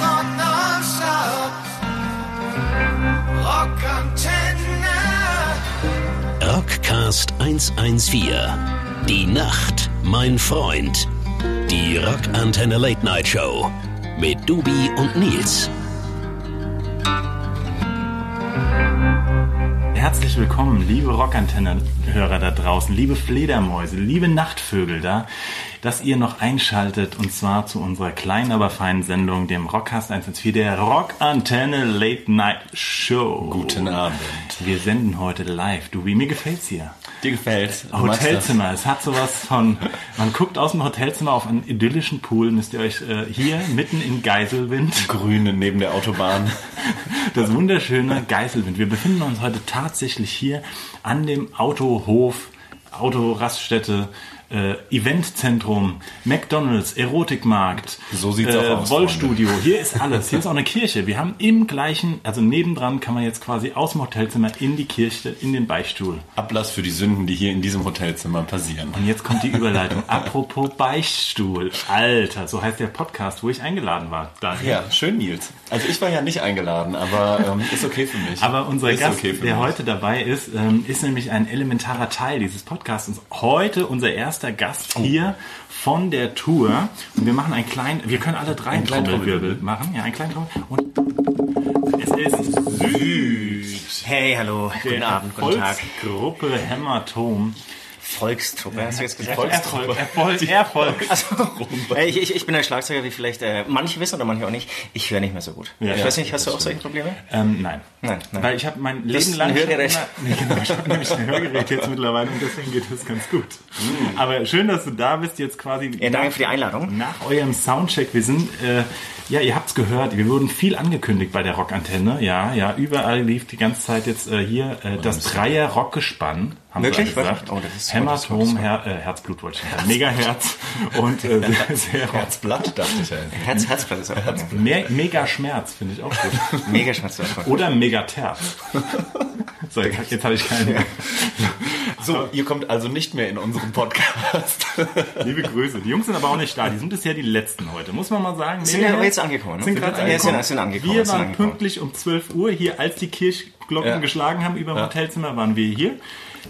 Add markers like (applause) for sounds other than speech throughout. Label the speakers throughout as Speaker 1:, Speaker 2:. Speaker 1: Rock nonstop. Rockantenne.
Speaker 2: Rockcast 114. Die Nacht, mein Freund. Die Rockantenne Late Night Show. Mit Dubi und Nils.
Speaker 3: Herzlich willkommen, liebe Rockantenne-Hörer da draußen, liebe Fledermäuse, liebe Nachtvögel da, dass ihr noch einschaltet und zwar zu unserer kleinen, aber feinen Sendung, dem Rockcast 114, der Rockantenne Late Night Show.
Speaker 4: Guten Abend.
Speaker 3: Wir senden heute live. Du, wie mir gefällt's hier.
Speaker 4: Dir gefällt's. Du magst
Speaker 3: Hotelzimmer, es hat sowas von, man guckt aus dem Hotelzimmer auf einen idyllischen Pool, müsst ihr euch äh, hier mitten in Geiselwind
Speaker 4: das Grüne neben der Autobahn.
Speaker 3: das wunderschöne Geißelwind. Wir befinden uns heute tatsächlich hier an dem Autohof, Autoraststätte, äh, Eventzentrum, McDonalds, Erotikmarkt, äh,
Speaker 4: So sieht's auch aus,
Speaker 3: Wollstudio. Hier ist alles. Hier ist auch eine Kirche. Wir haben im gleichen, also nebendran kann man jetzt quasi aus dem Hotelzimmer in die Kirche, in den Beichtstuhl.
Speaker 4: Ablass für die Sünden, die hier in diesem Hotelzimmer passieren.
Speaker 3: Und jetzt kommt die Überleitung. Apropos Beichtstuhl. Alter, so heißt der Podcast, wo ich eingeladen war. Daniel.
Speaker 4: Ja, schön, Nils. Also ich war ja nicht eingeladen, aber ähm, ist okay für mich.
Speaker 3: Aber unser
Speaker 4: ist
Speaker 3: Gast,
Speaker 4: okay für
Speaker 3: der
Speaker 4: mich.
Speaker 3: heute dabei ist, ähm, ist nämlich ein elementarer Teil dieses Podcasts. Und heute unser erster
Speaker 5: Oh.
Speaker 3: Gast hier von der Tour. Und wir machen einen kleinen, wir können alle drei einen
Speaker 4: kleinen
Speaker 3: Trommelwirbel machen. Ja, einen kleinen Trommelwirbel. Und es ist süß.
Speaker 5: Hey, hallo, guten
Speaker 3: Der
Speaker 5: Abend, guten Tag.
Speaker 3: Volksgruppe Hämatom.
Speaker 5: Volkstruppe, hast du jetzt gesagt?
Speaker 3: Erfolg, Erfolg, Erfolg.
Speaker 5: (laughs) Volkstruppe. Ich, ich, ich bin der Schlagzeuger, wie vielleicht äh, manche wissen oder manche auch nicht. Ich höre nicht mehr so gut.
Speaker 3: Ja,
Speaker 5: ich
Speaker 3: ja,
Speaker 5: weiß nicht, hast du auch solche Probleme?
Speaker 3: Ähm, nein.
Speaker 5: Nein, nein.
Speaker 3: Weil ich habe mein
Speaker 5: Das
Speaker 3: Leben
Speaker 5: ist
Speaker 3: lang.
Speaker 5: ein
Speaker 3: schon
Speaker 5: Hörgerät.
Speaker 3: immer- Nee, genau, ich habe nämlich ein Hörgerät jetzt mittlerweile und deswegen geht das ganz gut.
Speaker 5: Mm.
Speaker 3: Aber schön, dass du da bist, jetzt quasi.
Speaker 5: Ja, danke für die Einladung.
Speaker 3: Nach eurem Soundcheck, wir sind, äh, ja, ihr habt's gehört, wir wurden viel angekündigt bei der Rockantenne. Ja, ja, überall lief die ganze Zeit jetzt äh, hier äh, das Dreier Rockgespann. Haben
Speaker 5: Oh, Wirklich?
Speaker 3: Sie alle gesagt.
Speaker 5: Oh, das ist-
Speaker 3: Hämatom, Her äh, Herzblut wollte ich sagen. Megaherz und
Speaker 5: (laughs)
Speaker 3: äh, sehr, sehr
Speaker 4: Herzblatt, dachte ich halt.
Speaker 5: Herz, Herzblatt ist auch
Speaker 3: Me Mega Schmerz finde ich auch gut.
Speaker 5: (laughs) mega Schmerz. zu erfahren.
Speaker 3: Oder
Speaker 5: (laughs)
Speaker 3: Megaterz. so, jetzt, jetzt habe ich keinen mehr.
Speaker 4: So, ihr kommt also nicht mehr in unseren (laughs) Podcast.
Speaker 3: Liebe Grüße. Die Jungs sind aber auch nicht da. Die sind bisher die letzten heute. Muss man mal sagen.
Speaker 5: Sind
Speaker 3: Mega-
Speaker 5: ja aber jetzt angekommen, ne?
Speaker 3: Sind
Speaker 5: Sind
Speaker 3: gerade
Speaker 5: jetzt- ja,
Speaker 3: angekommen.
Speaker 5: sind- sind angekommen,
Speaker 3: Wir
Speaker 5: sind
Speaker 3: waren
Speaker 5: angekommen.
Speaker 3: pünktlich um 12 Uhr hier, als die Kirchglocken
Speaker 4: Ja.
Speaker 3: geschlagen haben über dem Hotelzimmer, waren wir hier.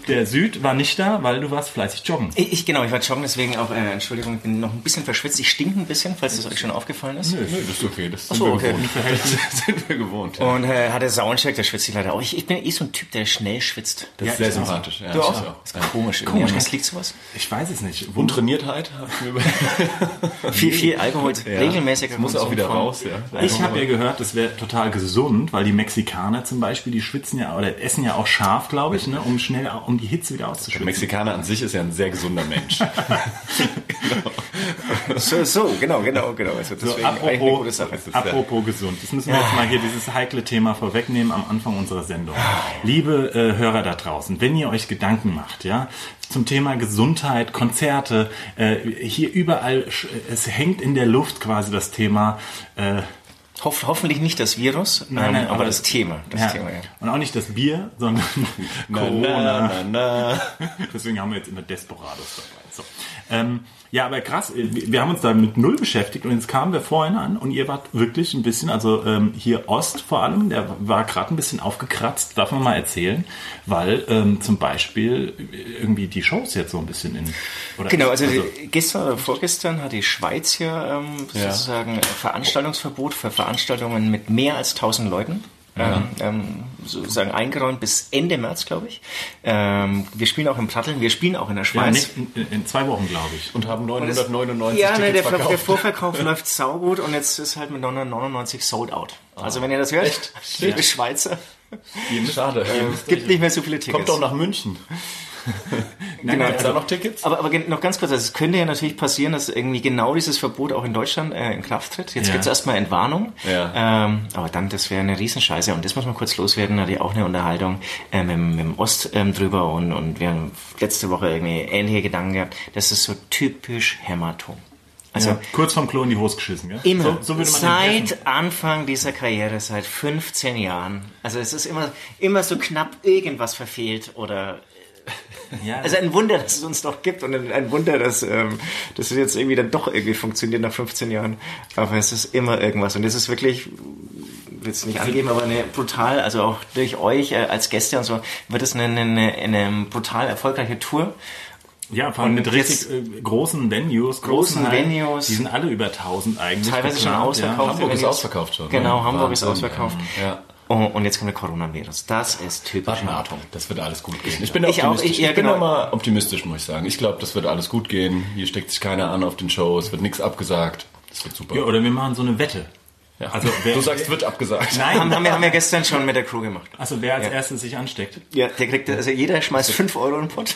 Speaker 3: Der Süd war nicht da, weil du warst fleißig joggen.
Speaker 5: Ich, ich, genau, ich war joggen, deswegen auch, äh, Entschuldigung, ich bin noch ein bisschen verschwitzt. Ich stinke ein bisschen, falls das euch schon aufgefallen ist.
Speaker 4: Nö, das ist okay. Das sind
Speaker 5: so,
Speaker 4: wir
Speaker 5: okay.
Speaker 4: gewohnt. Das (laughs) sind wir gewohnt. ja.
Speaker 5: Und äh, hatte Soundcheck, der schwitzt ich leider auch. Ich, ich bin eh so ein Typ, der schnell schwitzt.
Speaker 4: Das
Speaker 3: Ja,
Speaker 4: ist sehr
Speaker 3: ich auch.
Speaker 4: sympathisch. Ja,
Speaker 5: Du
Speaker 4: ich
Speaker 5: auch?
Speaker 4: Ja. ne?
Speaker 5: Komisch,
Speaker 4: irgendwie.
Speaker 5: komisch. Ja. Liegt sowas?
Speaker 3: Ich weiß es nicht.
Speaker 4: Und
Speaker 3: Wund
Speaker 4: Trainiertheit habe ich mir über.
Speaker 5: Viel, viel Alkohol,
Speaker 4: (laughs) Ja.
Speaker 5: regelmäßiger
Speaker 4: Das muss auch
Speaker 5: Konsum
Speaker 4: wieder
Speaker 5: von-
Speaker 4: raus, ja.
Speaker 3: ich habe ja gehört, das wäre total gesund, weil die Mexikaner zum Beispiel, die schwitzen ja oder essen ja auch scharf, glaube ich, ne, um schnell um die Hitze wieder
Speaker 4: Der
Speaker 3: auszuschwitzen. (laughs)
Speaker 5: (laughs)
Speaker 4: Mexikaner an sich ist ja ein sehr gesunder Mensch.
Speaker 5: So, so, genau, genau, genau. Also deswegen eigentlich eine gute
Speaker 3: Apropos,
Speaker 5: Sache.
Speaker 3: apropos gesund. Das müssen wir jetzt mal hier dieses heikle Thema vorwegnehmen am Anfang unserer Sendung. Liebe äh, Hörer da draußen, wenn ihr euch Gedanken macht, ja, zum Thema Gesundheit, Konzerte, äh, hier überall, sch- es hängt in der Luft quasi das Thema. Äh,
Speaker 5: Hoff, hoffentlich nicht das Virus, ähm, aber, das Thema. Das
Speaker 3: ja.
Speaker 5: Thema ja.
Speaker 3: Und auch nicht das Bier,
Speaker 5: (laughs)
Speaker 3: sondern Corona.
Speaker 4: (laughs) na, na.
Speaker 3: (laughs) Deswegen haben wir jetzt immer Desperados dabei. So. Ähm, ja, aber krass, äh, wir wir haben uns da mit Null beschäftigt und jetzt kamen wir vorhin an und ihr wart wirklich ein bisschen, also ähm, hier Ost vor allem, der war gerade ein bisschen aufgekratzt, darf man mal erzählen, weil ähm, zum Beispiel äh, irgendwie die Shows jetzt so ein bisschen in... Oder
Speaker 5: Genau, also, gestern oder vorgestern hat die Schweiz ja, ähm, sozusagen äh, Veranstaltungsverbot für Veranstaltungen mit mehr als 1000 Leuten. Ähm, ähm, sozusagen eingeräumt bis Ende März, glaube ich. Ähm, wir spielen auch in Pratteln, wir spielen auch in der
Speaker 3: ja,
Speaker 5: Schweiz.
Speaker 3: nicht, in, in zwei Wochen, glaube ich.
Speaker 4: (laughs) Und haben 999
Speaker 5: Ja, ne,
Speaker 4: Tickets
Speaker 5: der, Ver- der
Speaker 4: verkauft.
Speaker 5: Vorverkauf (laughs) läuft saugut und jetzt ist halt mit 999 sold out. Also wenn ihr das hört,
Speaker 4: Echt?
Speaker 5: (laughs) liebe Schweizer,
Speaker 4: Schade.
Speaker 5: es gibt nicht mehr so viele Tickets.
Speaker 4: Kommt doch nach München.
Speaker 5: Genau.
Speaker 4: Gibt es da noch Tickets?
Speaker 5: Aber, aber gen- noch ganz kurz, also es könnte ja natürlich passieren, dass irgendwie genau dieses Verbot auch in Deutschland äh, in Kraft tritt. Jetzt
Speaker 3: Ja.
Speaker 5: gibt's erstmal Entwarnung.
Speaker 4: Ja.
Speaker 5: Ähm, aber dann, das wäre eine Riesenscheiße. Und das muss man kurz loswerden, da hatte ich auch eine Unterhaltung äh, mit, dem- mit dem Ost ähm, drüber und, und wir haben letzte Woche irgendwie ähnliche Gedanken gehabt. Das ist so typisch Hämatom. Also
Speaker 3: Ja, kurz vom Klo in die Hose geschissen, gell?
Speaker 5: Immer.
Speaker 3: So, so würde man den helfen.
Speaker 5: seit Anfang dieser Karriere, seit 15 Jahren. Also es ist immer, immer so knapp irgendwas verfehlt oder Ja. Also ein Wunder, dass es uns noch gibt und ein Wunder, dass, ähm, dass es jetzt irgendwie dann doch irgendwie funktioniert nach 15 Jahren. Aber es ist immer irgendwas und es ist wirklich, will es nicht angeben, aber eine brutal, also auch durch euch äh, als Gäste und so, wird es eine, eine, eine brutal erfolgreiche Tour.
Speaker 3: Ja, vor allem
Speaker 5: Und
Speaker 3: mit
Speaker 5: jetzt-
Speaker 3: richtig äh, großen Venues.
Speaker 5: Großen
Speaker 3: Hallen.
Speaker 5: Venues.
Speaker 3: Die sind alle über 1000 eigentlich.
Speaker 5: Teilweise schon
Speaker 3: geplant,
Speaker 5: ausverkauft.
Speaker 3: Ja.
Speaker 4: Hamburg ist
Speaker 5: Venues.
Speaker 4: ausverkauft schon.
Speaker 5: Genau,
Speaker 4: ne?
Speaker 5: Hamburg ist
Speaker 4: Wahnsinn,
Speaker 5: ausverkauft.
Speaker 4: ähm, Ja.
Speaker 5: Oh, und jetzt kommt der Coronavirus. Das ist typisch.
Speaker 4: Warte mal, Achtung, das wird alles gut gehen. Ich bin
Speaker 5: Ich auch,
Speaker 4: optimistisch.
Speaker 5: ich- ja,
Speaker 4: bin
Speaker 5: genau.
Speaker 4: noch mal optimistisch, muss ich sagen. Ich glaube, das wird alles gut gehen. Hier steckt sich keiner an auf den Shows, wird nichts abgesagt. Das wird super.
Speaker 3: Ja, oder wir machen so eine Wette.
Speaker 4: Ja.
Speaker 3: Also, wer,
Speaker 4: du sagst, wird abgesagt.
Speaker 3: nein.
Speaker 5: Haben, haben, wir, haben wir gestern schon mit der Crew gemacht.
Speaker 3: Also wer als erstes sich ansteckt,
Speaker 5: Ja, der kriegt, also jeder schmeißt 5 Euro in den Pott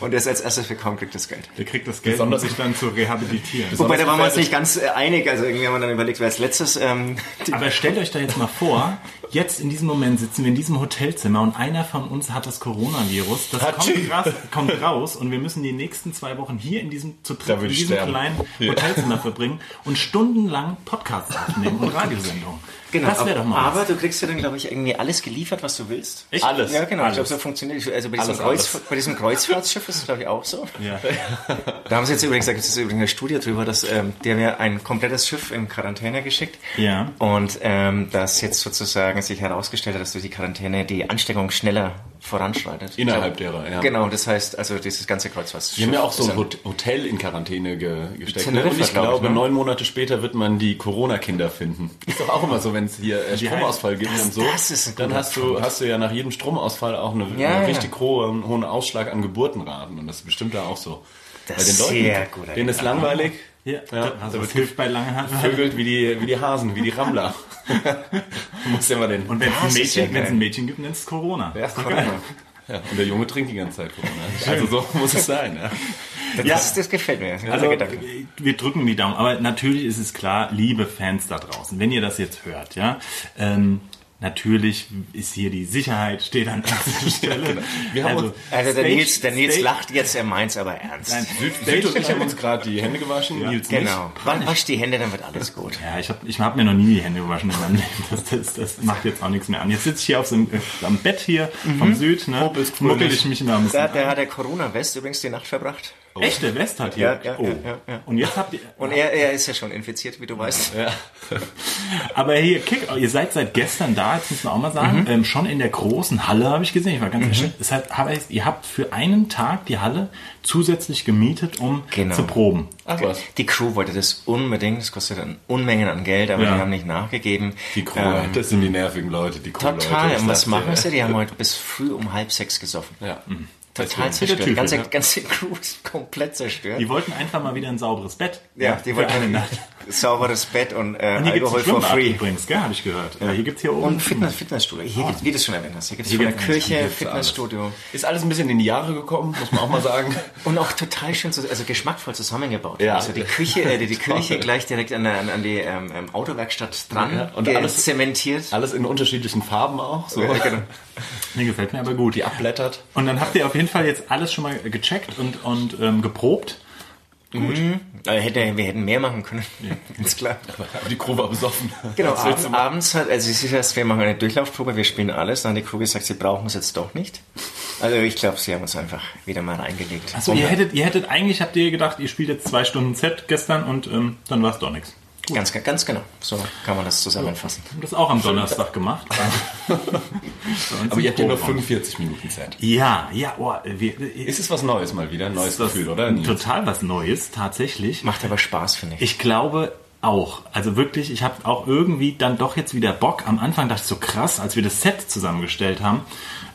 Speaker 5: und der ist als erstes willkommen, kriegt das Geld.
Speaker 3: der kriegt das Geld, um
Speaker 4: Besonders-
Speaker 3: sich dann zu
Speaker 4: (laughs)
Speaker 3: rehabilitieren.
Speaker 5: Wobei, da waren wir uns
Speaker 4: gefährlich.
Speaker 5: nicht ganz äh, einig, also irgendwie haben wir dann überlegt, wer als letztes, ähm, die,
Speaker 3: Aber stellt euch da jetzt mal vor, jetzt in diesem Moment sitzen wir in diesem Hotelzimmer und einer von uns hat das Coronavirus. Das kommt, raus, kommt raus und wir müssen die nächsten zwei Wochen hier in diesem zu dritt,
Speaker 4: Da
Speaker 3: in
Speaker 4: würde ich
Speaker 3: diesem
Speaker 4: sterben.
Speaker 3: kleinen
Speaker 4: Ja. (laughs)
Speaker 3: Hotelzimmer verbringen und stundenlang Podcasts aufnehmen und Radiosendungen.
Speaker 5: genau,
Speaker 3: das wäre doch mal.
Speaker 5: aber
Speaker 3: was.
Speaker 5: du kriegst ja dann, glaube ich, irgendwie alles geliefert, was du willst.
Speaker 3: Echt?
Speaker 4: Alles.
Speaker 5: Ja, genau, ich
Speaker 3: Alles.
Speaker 5: glaube, so funktioniert das. Also bei diesem,
Speaker 4: Alles,
Speaker 5: Kreuz,
Speaker 4: alles.
Speaker 5: bei diesem Kreuzfahrtschiff ist es, glaube ich, auch so.
Speaker 3: Ja.
Speaker 5: Da haben sie jetzt übrigens, da gibt es übrigens eine Studie drüber, dass ähm, die haben ja ein komplettes Schiff in Quarantäne geschickt.
Speaker 3: Ja.
Speaker 5: Und ähm, dass jetzt sozusagen sich herausgestellt hat, dass durch die Quarantäne die Ansteckung schneller voranschreitet.
Speaker 4: Innerhalb derer, ja.
Speaker 5: Genau, das heißt, also dieses ganze Kreuzfahrtschiff.
Speaker 4: Die haben ja auch so
Speaker 5: ist
Speaker 4: ein Hot- Hotel in Quarantäne ge gesteckt. Ne?
Speaker 5: Teneriffa,
Speaker 4: Und ich
Speaker 5: glaub ich,
Speaker 4: glaube,
Speaker 5: ne?
Speaker 4: neun Monate später wird man die Corona-Kinder finden. Ist doch auch immer so, wenn es hier äh, Stromausfall gibt und so.
Speaker 5: das ist ein
Speaker 4: dann
Speaker 5: guter
Speaker 4: hast du, hast du ja nach jedem Stromausfall auch eine,
Speaker 5: Ja,
Speaker 4: einen
Speaker 5: ja.
Speaker 4: richtig hohen, hohen Ausschlag an Geburtenraten. Und das ist bestimmt da auch so.
Speaker 5: Das
Speaker 4: Bei
Speaker 5: ist
Speaker 4: den Leuten,
Speaker 5: sehr guter
Speaker 4: denen ist langweilig.
Speaker 3: Ja,
Speaker 4: Ja,
Speaker 3: also
Speaker 4: da
Speaker 3: das
Speaker 4: wird
Speaker 3: hilft bei langen Haaren.
Speaker 4: Vögelt wie die, wie die Hasen, wie die
Speaker 5: (laughs)
Speaker 4: Rammler. du musst ja mal den.
Speaker 3: Und wenn es
Speaker 5: Das
Speaker 3: ein,
Speaker 5: ist ja
Speaker 3: Mädchen-
Speaker 5: geil.
Speaker 3: wenn's ein Mädchen gibt, nennt es Corona.
Speaker 4: ja, ja, und der Junge trinkt die ganze Zeit Corona. Also so muss es sein. Ja.
Speaker 5: Das,
Speaker 3: Ja.
Speaker 5: ist, das gefällt mir. Das ist ein
Speaker 3: Also,
Speaker 5: guter Gedanke.
Speaker 3: wir drücken die Daumen. Aber natürlich ist es klar, liebe Fans da draußen, wenn ihr das jetzt hört, ja, ähm, natürlich ist hier die Sicherheit, steht an
Speaker 5: (laughs)
Speaker 3: erster
Speaker 5: Genau.
Speaker 3: Stelle.
Speaker 4: Wir haben uns-
Speaker 5: Also der
Speaker 3: Stage-
Speaker 5: Nils, der Nils
Speaker 3: Stage-
Speaker 5: lacht jetzt, er meint's aber ernst.
Speaker 3: Nein,
Speaker 4: Süd und ich haben uns gerade die Hände gewaschen, Nils nicht.
Speaker 5: genau. Wann wasch die Hände, dann wird alles gut.
Speaker 3: Ja, ich habe ich hab mir noch nie die Hände gewaschen in meinem Leben. (laughs) Das, das, das macht jetzt auch nichts mehr an. Jetzt sitze ich hier auf so einem, äh, am Bett hier vom
Speaker 5: Mhm.
Speaker 3: Süd, ne?
Speaker 4: Popelst
Speaker 3: Muckel
Speaker 4: fröhlich.
Speaker 3: ich mich immer ein bisschen.
Speaker 5: Da, da hat der Corona-West übrigens die Nacht verbracht.
Speaker 3: Echte West hat
Speaker 5: Ja,
Speaker 3: hier.
Speaker 5: ja,
Speaker 3: oh.
Speaker 5: ja, ja, ja.
Speaker 3: Und jetzt habt ihr.
Speaker 5: Und er, er ist ja schon infiziert, wie du weißt.
Speaker 3: Aber hier, Kick, ihr seid seit gestern da, jetzt müssen wir auch mal sagen,
Speaker 5: Mhm.
Speaker 3: ähm, schon in der großen Halle habe ich gesehen. Ich war ganz erstaunt. Es hat, hab ich- ihr habt für einen Tag die Halle zusätzlich gemietet, um
Speaker 5: Genau.
Speaker 3: zu proben.
Speaker 4: Ach was.
Speaker 5: Die Crew wollte das unbedingt, das kostet dann Unmengen an Geld, aber
Speaker 3: Ja.
Speaker 5: die haben nicht nachgegeben.
Speaker 4: Die Crew, das sind die nervigen Leute, die Crew
Speaker 5: Total,
Speaker 4: Leute.
Speaker 5: und was machen sie? Die haben heute bis früh um halb sechs gesoffen.
Speaker 4: Ja.
Speaker 5: Total
Speaker 4: Deswegen.
Speaker 5: zerstört.
Speaker 3: Typ,
Speaker 5: ganze,
Speaker 3: ja.
Speaker 5: ganze Crew ist komplett zerstört.
Speaker 3: Die wollten einfach mal wieder ein sauberes Bett.
Speaker 5: ja, die
Speaker 3: für
Speaker 5: wollten
Speaker 3: eine
Speaker 5: ein
Speaker 3: Nacht.
Speaker 5: sauberes Bett und, äh,
Speaker 3: Und hier gibt es
Speaker 5: Alkohol for free.
Speaker 3: übrigens, gell, habe ich gehört. Äh, Hier gibt es hier oben.
Speaker 5: Und Fitness, Fitnessstudio. Hier gibt's, wie du schon erwähnt hast, hier gibt es
Speaker 3: Hier
Speaker 5: von der
Speaker 3: gibt's alles. Hier
Speaker 5: Kirche,
Speaker 3: gibt's
Speaker 5: Fitnessstudio.
Speaker 4: Ist alles ein bisschen in die Jahre gekommen, muss man auch mal sagen.
Speaker 5: Und auch total schön, zus- also geschmackvoll zusammengebaut.
Speaker 4: Ja.
Speaker 5: Also die Küche, äh, die, die Küche gleich direkt an, der, an, an die ähm, ähm, Autowerkstatt dran
Speaker 4: Ja, und
Speaker 5: ge-
Speaker 4: alles-
Speaker 5: zementiert.
Speaker 4: (laughs) Alles in unterschiedlichen Farben auch, so
Speaker 5: Ja, genau.
Speaker 3: Nee, gefällt mir aber gut.
Speaker 4: die abblättert.
Speaker 3: Und dann habt ihr auf jeden Fall jetzt alles schon mal gecheckt und, und ähm, geprobt.
Speaker 5: Äh, Hätte, wir hätten mehr machen können. (laughs) Ganz klar.
Speaker 4: Aber die Crew war besoffen.
Speaker 5: Genau,
Speaker 4: Was willst
Speaker 5: abends,
Speaker 4: du machen?
Speaker 5: abends hat, also sie sagt, wir machen eine Durchlaufprobe, wir spielen alles. Dann hat die Crew gesagt, sie brauchen es jetzt doch nicht. Also ich glaube, sie haben uns einfach wieder mal reingelegt.
Speaker 3: Achso, ihr hättet, ihr hättet eigentlich, habt ihr gedacht, ihr spielt jetzt zwei Stunden Set gestern und ähm, dann war es doch nichts.
Speaker 5: ganz, ganz genau. So kann man das zusammenfassen.
Speaker 3: Haben das auch am Donnerstag
Speaker 4: (laughs)
Speaker 3: gemacht.
Speaker 4: Aber ihr habt ja nur 45 Minuten Zeit.
Speaker 3: Ja, ja, oh, wir,
Speaker 4: Ist es was Neues mal wieder? Ein neues
Speaker 3: das
Speaker 4: Gefühl, oder? Nils?
Speaker 3: total was Neues, tatsächlich.
Speaker 5: Macht aber Spaß, finde ich.
Speaker 3: Ich glaube auch. Also wirklich, ich habe auch irgendwie dann doch jetzt wieder Bock. Am Anfang dachte ich so krass, als wir das Set zusammengestellt haben,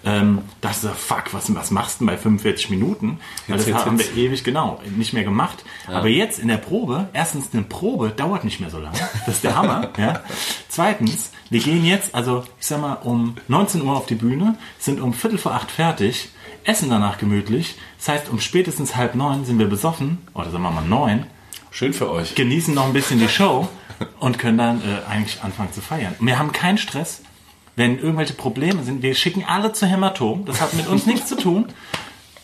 Speaker 3: ähm, dachte ich so, fuck, was, was machst du denn bei 45 Minuten? Weil
Speaker 4: Jetzt,
Speaker 3: das
Speaker 4: jetzt,
Speaker 3: haben
Speaker 4: jetzt.
Speaker 3: wir ewig, genau, nicht mehr gemacht. Aber jetzt in der Probe, erstens, eine Probe dauert nicht mehr so lange. Das ist der
Speaker 4: (laughs)
Speaker 3: Hammer. ja. Zweitens, wir gehen jetzt, also ich sag mal, um 19 Uhr auf die Bühne, sind um Viertel vor acht fertig, essen danach gemütlich. Das heißt, um spätestens halb neun sind wir besoffen, oder sagen wir mal neun,
Speaker 4: Schön für euch.
Speaker 3: genießen noch ein bisschen die Show und können dann äh, eigentlich anfangen zu feiern. Wir haben keinen Stress, wenn irgendwelche Probleme sind. Wir schicken alle zu Hämatom. Das hat mit
Speaker 4: (laughs)
Speaker 3: uns nichts zu tun.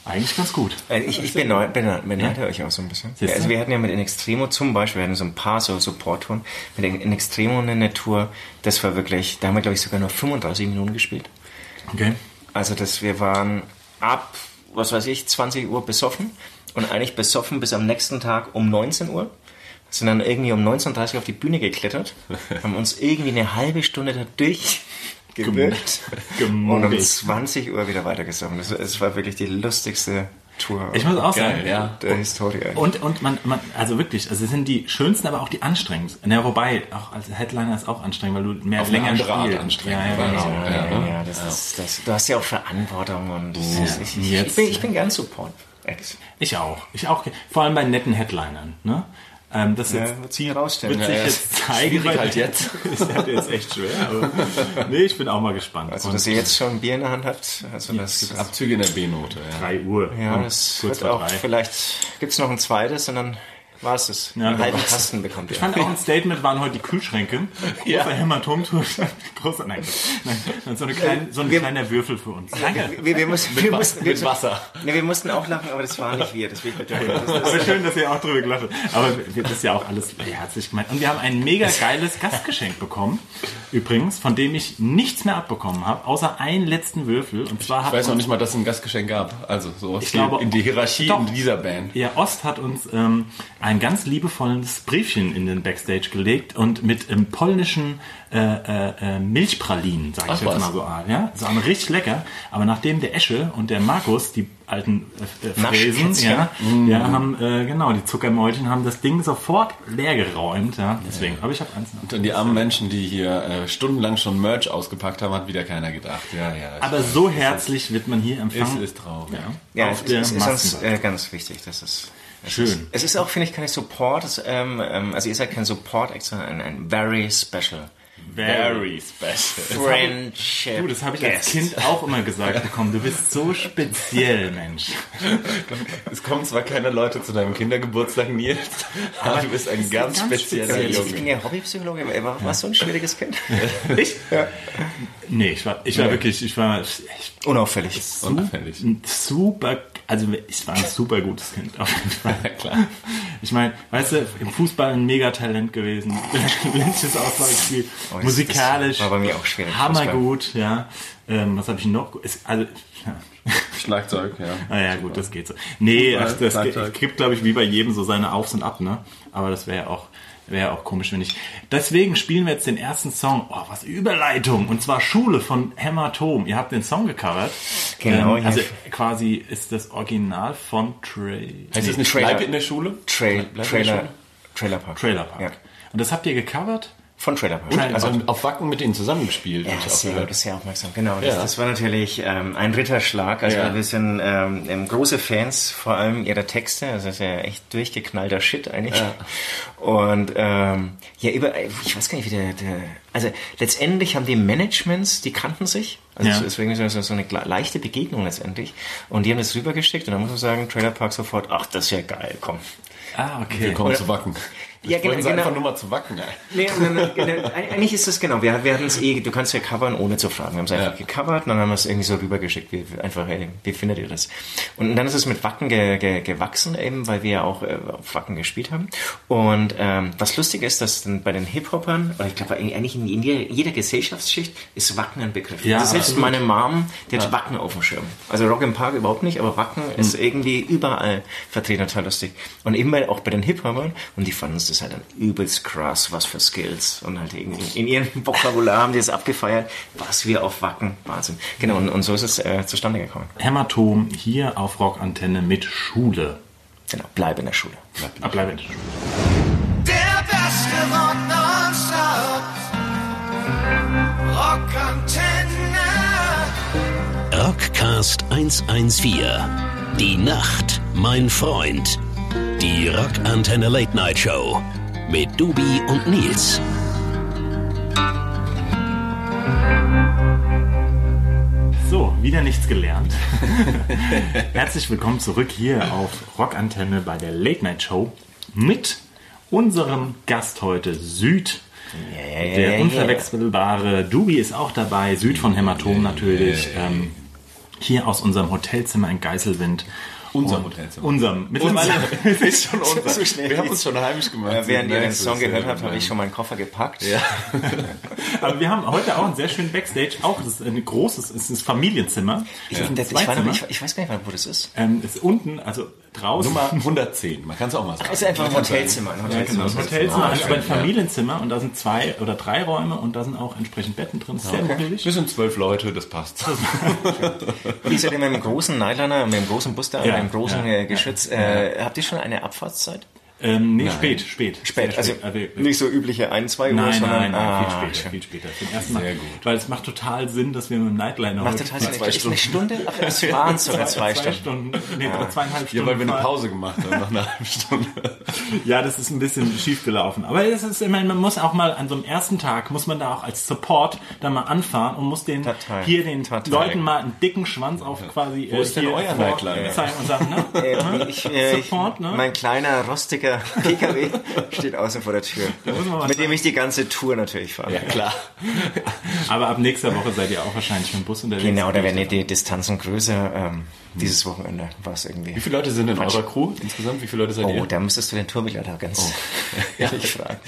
Speaker 3: Eigentlich ganz gut.
Speaker 5: Äh, Ich, ich bin neu, beneide, beneide euch auch so ein bisschen.
Speaker 3: Siehst du?
Speaker 5: Also wir hatten ja mit In Extremo zum Beispiel, wir hatten so ein paar so Support-Touren. Mit In In Extremo eine Tour, das war wirklich, da haben wir glaube ich sogar nur 35 Minuten gespielt.
Speaker 3: Okay.
Speaker 5: Also das, wir waren ab was weiß ich, 20 Uhr besoffen und eigentlich besoffen bis am nächsten Tag um 19 Uhr. Sind dann irgendwie um 19.30 Uhr auf die
Speaker 3: (laughs)
Speaker 5: Bühne geklettert, haben uns irgendwie eine halbe Stunde da durchgewirkt und um
Speaker 3: Gemogelt.
Speaker 5: 20 Uhr wieder weitergesoffen. Das- Es war wirklich die lustigste Tour
Speaker 3: Ich muss auch
Speaker 4: Geil,
Speaker 3: sagen,
Speaker 4: ja.
Speaker 5: der Historie. eigentlich.
Speaker 3: Und, und man, man, also wirklich, also es sind die schönsten, aber auch die anstrengendsten. Na, wobei, auch als Headliner ist auch anstrengend, weil du mehr
Speaker 4: Auf eine
Speaker 3: länger
Speaker 4: andere Art
Speaker 3: spielst.
Speaker 4: anstrengend,
Speaker 3: Ja, ja,
Speaker 4: genau.
Speaker 3: ja.
Speaker 5: Ja, ja, ja, das ist, das, du hast ja auch Verantwortung und das ist, ich, ich,
Speaker 3: Jetzt.
Speaker 5: bin, ich bin gern Support. Ex.
Speaker 3: Ich auch. Ich auch. Vor allem bei netten Headlinern. Ne? Ähm, das
Speaker 5: Ja,
Speaker 3: jetzt
Speaker 5: wird sich herausstellen.
Speaker 3: wird sich
Speaker 4: ja.
Speaker 3: jetzt zeigen.
Speaker 4: Schwierig
Speaker 3: weil- (laughs)
Speaker 4: halt jetzt.
Speaker 3: ist halt jetzt echt schwer. Aber
Speaker 5: (laughs)
Speaker 3: nee, ich bin auch mal gespannt.
Speaker 5: Also,
Speaker 3: Und
Speaker 5: dass ihr jetzt schon ein Bier in der Hand habt, also das,
Speaker 4: Abzüge in der B-Note, ja.
Speaker 3: 3 Uhr.
Speaker 5: ja,
Speaker 3: Und
Speaker 5: das
Speaker 3: kurz
Speaker 5: wird
Speaker 3: vor
Speaker 5: auch,
Speaker 3: drei.
Speaker 5: vielleicht gibt es noch ein zweites und dann war es es.
Speaker 3: Ja,
Speaker 5: Einen halben
Speaker 3: war's.
Speaker 5: Kasten bekommt
Speaker 3: Ich
Speaker 5: ihr.
Speaker 3: fand auch ein Statement waren heute die Kühlschränke. Großer Hämatomzustand. (laughs) Großer, nein, nein, so, eine kleine, so ein kleiner Würfel für uns. Danke.
Speaker 5: Wir, wir, mussten, wir,
Speaker 4: Wa-
Speaker 5: mussten,
Speaker 4: mit
Speaker 5: wir,
Speaker 4: Wasser.
Speaker 5: nee, wir mussten auch lachen, aber das war nicht wir. Das wird
Speaker 3: Aber schön, dass ihr auch drüber gelacht habt. Aber wir- das ist ja auch alles herzlich gemeint. Und wir haben ein mega geiles Gastgeschenk bekommen. Übrigens, von dem ich nichts mehr abbekommen habe, außer einen letzten Würfel. Und zwar
Speaker 4: Ich
Speaker 3: hat
Speaker 4: weiß noch
Speaker 3: uns-
Speaker 4: nicht mal, dass es ein Gastgeschenk gab. Also sowas
Speaker 3: Ich
Speaker 4: geht
Speaker 3: glaube-
Speaker 4: in die Hierarchie
Speaker 3: Doch.
Speaker 4: in dieser Band.
Speaker 3: Ja, Ost hat uns ähm, ein ganz liebevolles Briefchen in den Backstage gelegt und mit ähm, polnischen äh, äh, äh, Milchpralinen, sage ich
Speaker 4: Ach
Speaker 3: jetzt
Speaker 4: was.
Speaker 3: mal so an. Ja? Das waren richtig lecker, aber nachdem der Esche und der Markus, die alten äh, äh, Fräsen,
Speaker 5: Naschkätzchen.
Speaker 3: ja,
Speaker 5: Mm.
Speaker 3: ja, haben, äh, genau, die Zuckermäulchen haben das Ding sofort leer geräumt. Ja? Deswegen, aber ich habe eins noch.
Speaker 4: Und die armen Menschen, die hier äh, stundenlang schon Merch ausgepackt haben, hat wieder keiner gedacht. Ja, ja.
Speaker 3: Aber so herzlich wird man hier empfangen.
Speaker 4: Es ist traurig.
Speaker 3: Ja.
Speaker 5: Ja,
Speaker 3: auf
Speaker 5: es,
Speaker 3: der
Speaker 5: es ist uns
Speaker 3: Massenwand.
Speaker 5: äh, ganz wichtig, dass es. es
Speaker 3: Schön.
Speaker 5: Ist, es ist auch, finde ich, keine Support. Es, ähm, ähm, also, ihr seid kein Support-Act, sondern ein, ein very special
Speaker 3: Very
Speaker 4: special.
Speaker 5: Friendship.
Speaker 3: Du, das habe ich als
Speaker 5: Guest.
Speaker 3: Kind auch immer gesagt bekommen. Du bist so speziell, Mensch.
Speaker 4: Es kommen zwar keine Leute zu deinem Kindergeburtstag, (laughs) Nils, aber du bist ein
Speaker 3: ganz
Speaker 4: ganz, spezieller
Speaker 3: speziell.
Speaker 5: Also Ich
Speaker 4: Junge.
Speaker 5: bin ja Hobbypsychologe. aber War, warst du ein schwieriges Kind? (laughs) ich?
Speaker 3: Nee, ich war, ich war wirklich, ich war echt
Speaker 5: Unauffällig.
Speaker 4: Unauffällig.
Speaker 3: ein super, also ich war
Speaker 5: (laughs)
Speaker 3: ein super gutes Kind. Auf jeden Fall.
Speaker 4: klar.
Speaker 3: Ich meine, weißt du, im Fußball ein Megatalent
Speaker 5: (laughs)
Speaker 3: gewesen. Lynches Auswahlspiel.
Speaker 5: Oh,
Speaker 3: Musikalisch.
Speaker 5: war bei mir auch schwierig,
Speaker 3: Hammergut, ja. Ähm, was habe ich noch? Ist, also, ja.
Speaker 4: Schlagzeug, ja.
Speaker 3: Naja, Ah gut, das geht so. Nee,
Speaker 4: Fußball,
Speaker 3: ach, das ge-
Speaker 4: Schlagzeug.
Speaker 3: gibt, glaube ich, wie bei jedem so seine Aufs und Ab, ne? Aber das wäre ja auch, wäre ja auch komisch, wenn ich. Deswegen spielen wir jetzt den ersten Song. Oh, was Überleitung! Und zwar Schule von Hämatom. Ihr habt den Song gecovert.
Speaker 5: Genau,
Speaker 3: Ähm,
Speaker 5: ich
Speaker 3: also
Speaker 5: hab-
Speaker 3: quasi ist das Original von Trey.
Speaker 4: Heißt das eine
Speaker 5: Trailer.
Speaker 4: Kneipe in der Schule?
Speaker 5: Trail,
Speaker 4: Bleib in der
Speaker 5: Trailer,
Speaker 4: Schule?
Speaker 5: Trailer Park.
Speaker 3: Trailer Park.
Speaker 5: Ja.
Speaker 3: Und das habt ihr gecovert?
Speaker 5: Von Trailer Park.
Speaker 4: Also auf Wacken mit denen zusammengespielt.
Speaker 5: Ja,
Speaker 4: hab ich auch
Speaker 5: sehr,
Speaker 4: gehört.
Speaker 5: gut, sehr aufmerksam, genau. Das,
Speaker 4: Ja.
Speaker 5: das war natürlich ähm, ein Ritterschlag. Also
Speaker 4: Ja.
Speaker 5: wir sind ähm, ähm, große Fans, vor allem ihrer Texte. Also das ist ja echt durchgeknallter Shit eigentlich. Und ähm, ja, über, ich weiß gar nicht, wie der, der... Also letztendlich haben die Managements, die kannten sich. Also
Speaker 3: Ja.
Speaker 5: es- deswegen ist das so eine gle- leichte Begegnung letztendlich. Und die haben das rübergeschickt und dann muss man sagen, Trailer Park sofort, ach, das ist ja geil, komm.
Speaker 3: Ah, okay.
Speaker 4: Willkommen zu Wacken.
Speaker 5: Ja,
Speaker 4: Wollen sie einfach nur mal zu Wacken. ey.
Speaker 5: Nee, nein, nein, nein, nein, eigentlich ist das genau. Wir, wir hatten es eh, du kannst ja covern, ohne zu fragen. Wir haben es einfach
Speaker 4: Ja.
Speaker 5: gecovert und dann haben wir es irgendwie so rübergeschickt. Wir, wir einfach, ey, wie findet ihr das? Und dann ist es mit Wacken ge, ge, gewachsen eben, weil wir ja auch äh, auf Wacken gespielt haben. Und ähm, was lustig ist, dass dann bei den Hip-Hopern, oder ich glaube eigentlich in jeder, jeder Gesellschaftsschicht, ist Wacken ein Begriff.
Speaker 3: Ja,
Speaker 5: also selbst
Speaker 3: absolut.
Speaker 5: meine Mom, die hat Wacken auf dem Schirm. Also Rock im Park überhaupt nicht, aber Wacken ist irgendwie überall vertreten, total lustig. Und immer auch bei den Hip-Hopern. Und die fanden es das halt dann übelst krass, was für Skills. Und halt irgendwie in ihrem (laughs) Vokabular haben die das abgefeiert, was wir auf Wacken. Wahnsinn. Genau, und, und so ist es äh, zustande gekommen.
Speaker 3: Hämatom hier auf Rockantenne mit Schule.
Speaker 5: Genau, bleib in der Schule.
Speaker 3: Ah, bleib in der Schule.
Speaker 1: Der beste Rock nonstop. Rockantenne.
Speaker 2: Rockcast 114. Die Nacht, mein Freund. Die Rockantenne Late Night Show mit Dubi und Nils.
Speaker 3: So, wieder nichts gelernt. (laughs) Herzlich willkommen zurück hier auf Rockantenne bei der Late Night Show mit unserem Gast heute Süd.
Speaker 5: Yeah,
Speaker 3: der
Speaker 5: yeah,
Speaker 3: unverwechselbare Dubi ist auch dabei, Süd von Hämatom natürlich. Ähm, hier aus unserem Hotelzimmer in Geiselwind.
Speaker 4: Unserem Hotelzimmer.
Speaker 3: Unserem. Mittlerweile (laughs) ist schon unser.
Speaker 5: So schnell
Speaker 4: Wir haben uns schon heimisch gemacht.
Speaker 5: Äh, während ihr den
Speaker 4: Nice,
Speaker 5: Song
Speaker 4: das ist,
Speaker 5: gehört
Speaker 4: äh,
Speaker 5: habt, habe ich schon meinen Koffer gepackt.
Speaker 3: Aber wir haben heute auch einen sehr schönen Backstage. Auch das ist ein großes, es ist ein Familienzimmer. Es ist ein
Speaker 5: Ich, weiß,
Speaker 3: Zweizimmer.
Speaker 5: ich, ich weiß gar nicht, wo das ist.
Speaker 3: Ähm, ist unten, also draußen.
Speaker 4: Nummer 110, man kann es auch mal sagen.
Speaker 5: Es ist einfach ein Hotelzimmer. Ein Hotelzimmer.
Speaker 3: Das Hotelzimmer, also ein Familienzimmer und da sind zwei oder drei Räume und da sind auch entsprechend Betten drin. Sehr
Speaker 4: Wir
Speaker 3: möglich.
Speaker 4: sind zwölf Leute, das (laughs) passt.
Speaker 5: Wie seid ihr mit dem großen Nightliner, mit dem großen Bus da,
Speaker 3: Ja,
Speaker 5: mit dem großen
Speaker 3: ja,
Speaker 5: äh, Geschütz? Äh, habt ihr schon eine Abfahrtszeit?
Speaker 3: Ähm, nee, spät, spät.
Speaker 5: Spät,
Speaker 3: Sehr
Speaker 5: also nicht so übliche 1, 2 Uhr,
Speaker 3: Nein,
Speaker 5: sondern
Speaker 3: nein, nein,
Speaker 5: ah,
Speaker 3: viel später,
Speaker 5: schön.
Speaker 3: viel später. Zum ersten Mal,
Speaker 4: Sehr gut.
Speaker 3: Weil es macht total Sinn, dass wir mit dem Nightliner
Speaker 5: Macht
Speaker 3: heute
Speaker 5: total Sinn.
Speaker 4: Zwei
Speaker 5: Ist eine
Speaker 3: (laughs)
Speaker 4: Stunden.
Speaker 5: Stunde? Ach, es waren sogar zwei,
Speaker 3: zwei
Speaker 5: Stunden.
Speaker 3: Stunden, nee, oder zweieinhalb Stunden.
Speaker 4: Ja, weil wir eine
Speaker 3: fahren.
Speaker 4: Pause gemacht haben nach einer halben (laughs) Stunde.
Speaker 3: Ja, das ist ein bisschen schief gelaufen. Aber es ist immer, man muss auch mal an so einem ersten Tag, muss man da auch als Support dann mal anfahren und muss den
Speaker 5: Total.
Speaker 3: hier den
Speaker 5: Total.
Speaker 3: Leuten mal einen dicken Schwanz auf quasi äh,
Speaker 4: Wo ist denn
Speaker 3: hier
Speaker 4: euer
Speaker 3: vor-
Speaker 4: Nightliner?
Speaker 3: (laughs) zeigen und sagen, ne?
Speaker 5: Äh, Ich, äh, ich,
Speaker 3: Support, ne?
Speaker 5: Mein kleiner, rostiger PKW steht außen vor der Tür.
Speaker 3: muss man was
Speaker 5: Mit dem ich die ganze Tour natürlich fahre.
Speaker 4: klar.
Speaker 3: Aber ab nächster Woche seid ihr auch wahrscheinlich mit dem Bus unterwegs.
Speaker 5: Genau, da werden die Distanzen größer. Ähm, dieses Wochenende war es irgendwie.
Speaker 4: Wie viele Leute sind in eurer Crew insgesamt? Wie viele Leute seid
Speaker 5: Oh,
Speaker 4: ihr?
Speaker 5: da müsstest du den Tourmillader ganz
Speaker 3: Oh.
Speaker 4: (laughs)
Speaker 5: ehrlich fragen.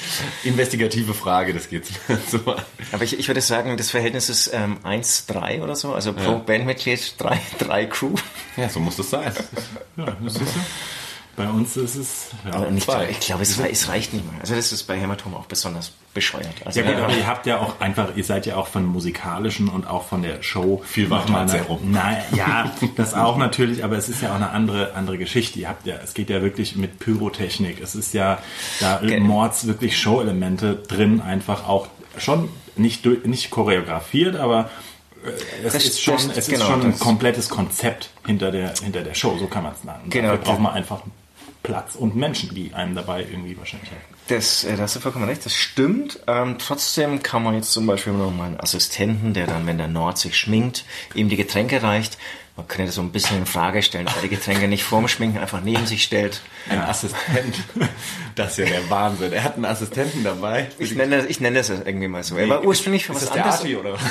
Speaker 4: Investigative Frage, das geht (laughs) so an.
Speaker 5: Aber ich, ich würde sagen, das Verhältnis ist ähm, 1-3 oder so. Also pro Bandmitglied (laughs) 3, 3 Crew.
Speaker 4: Ja, so muss das sein.
Speaker 3: Ja, das ist so. Bei uns ist es. Ja.
Speaker 5: Und ich
Speaker 4: zwei.
Speaker 5: glaube, ich glaub, es, rei- es reicht nicht mehr. Also das ist bei Hämatom auch besonders bescheuert. Also
Speaker 3: Ja gut, aber ihr habt ja auch einfach, ihr seid ja auch von musikalischen und auch von der Show
Speaker 4: Viel weiter
Speaker 3: nochmal
Speaker 4: als
Speaker 3: eine-
Speaker 4: herum.
Speaker 3: Nein, ja, das auch natürlich, aber es ist ja auch eine andere andere Geschichte. Ihr habt ja, es geht ja wirklich mit Pyrotechnik. Es ist ja da Mords wirklich Show-Elemente drin, einfach auch schon nicht durch- nicht choreografiert, aber äh, es
Speaker 5: Das-
Speaker 3: ist schon,
Speaker 5: das-
Speaker 3: es
Speaker 5: genau,
Speaker 3: ist schon ein
Speaker 5: das-
Speaker 3: komplettes Konzept hinter der hinter der Show, so kann man es sagen.
Speaker 5: Genau,
Speaker 3: Dafür braucht
Speaker 5: das-
Speaker 3: man einfach Platz und Menschen, die einem dabei irgendwie wahrscheinlich helfen.
Speaker 5: Das, äh, da hast du vollkommen recht, das stimmt. Ähm, trotzdem kann man jetzt zum Beispiel noch mal einen Assistenten, der dann, wenn der Nord sich schminkt, ihm die Getränke reicht. Man könnte das so ein bisschen in Frage stellen, ob er die Getränke nicht vorm Schminken einfach neben sich stellt.
Speaker 3: (laughs)
Speaker 4: Ein Assistent. Das ist ja der Wahnsinn. Er hat einen Assistenten dabei.
Speaker 5: Ich nenne, das- ich nenne das jetzt irgendwie mal so. Er war ursprünglich für
Speaker 4: ist
Speaker 5: was
Speaker 4: das der
Speaker 5: anderes.
Speaker 4: Arti oder was?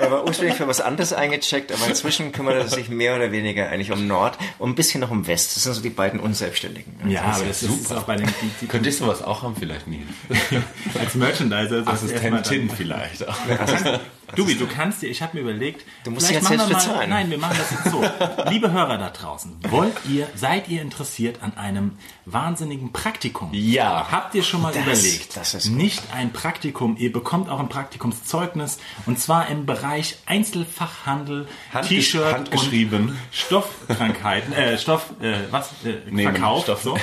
Speaker 5: Er war ursprünglich für was anderes eingecheckt, aber inzwischen kümmert er sich mehr oder weniger eigentlich um Nord und ein bisschen noch um West. Das sind so die beiden Unselbstständigen.
Speaker 3: Ja, aber das ist, auch bei den die, die
Speaker 4: Könntest du sowas auch haben? Vielleicht nie.
Speaker 3: Als Merchandiser sagst du erstmal
Speaker 4: Assistentin vielleicht auch.
Speaker 3: dann- Dubi, du kannst dir, ich habe mir überlegt, du
Speaker 5: musst jetzt
Speaker 3: machen wir
Speaker 5: selbst bezahlen.
Speaker 3: Nein, wir machen das jetzt so. Liebe Hörer da draußen, wollt ihr, seid ihr interessiert an einem wahnsinnigen Praktikum?
Speaker 4: Ja.
Speaker 3: Habt ihr schon mal
Speaker 5: Das-
Speaker 3: überlegt?
Speaker 5: das ist gut.
Speaker 3: nicht ein Praktikum, ihr bekommt auch ein Praktikumszeugnis und zwar im Bereich Einzelfachhandel,
Speaker 4: Handgesch-
Speaker 3: T-Shirt und
Speaker 4: handgeschrieben.
Speaker 3: Stoffkrankheiten, äh, Stoff, äh, was, äh,
Speaker 4: Nehmen,
Speaker 3: Verkauf,
Speaker 4: Stoff.
Speaker 3: so.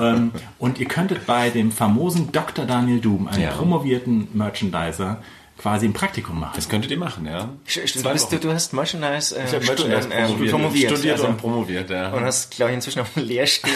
Speaker 3: ähm, und ihr könntet bei dem famosen Dr. Daniel Doom, einem
Speaker 4: Ja.
Speaker 3: promovierten Merchandiser, quasi ein Praktikum machen.
Speaker 4: Das könntet ihr machen, ja.
Speaker 5: Stimmt,
Speaker 4: Zwei
Speaker 5: du, bist, du,
Speaker 4: Wochen.
Speaker 5: du hast Merchandise, äh,
Speaker 4: Ich habe
Speaker 5: stu-
Speaker 4: Merchandise
Speaker 5: ähm,
Speaker 4: promoviert.
Speaker 5: promoviert.
Speaker 4: Studiert
Speaker 5: also,
Speaker 4: und promoviert, ja.
Speaker 5: und hast, glaube ich, inzwischen auch einen Lehrstuhl.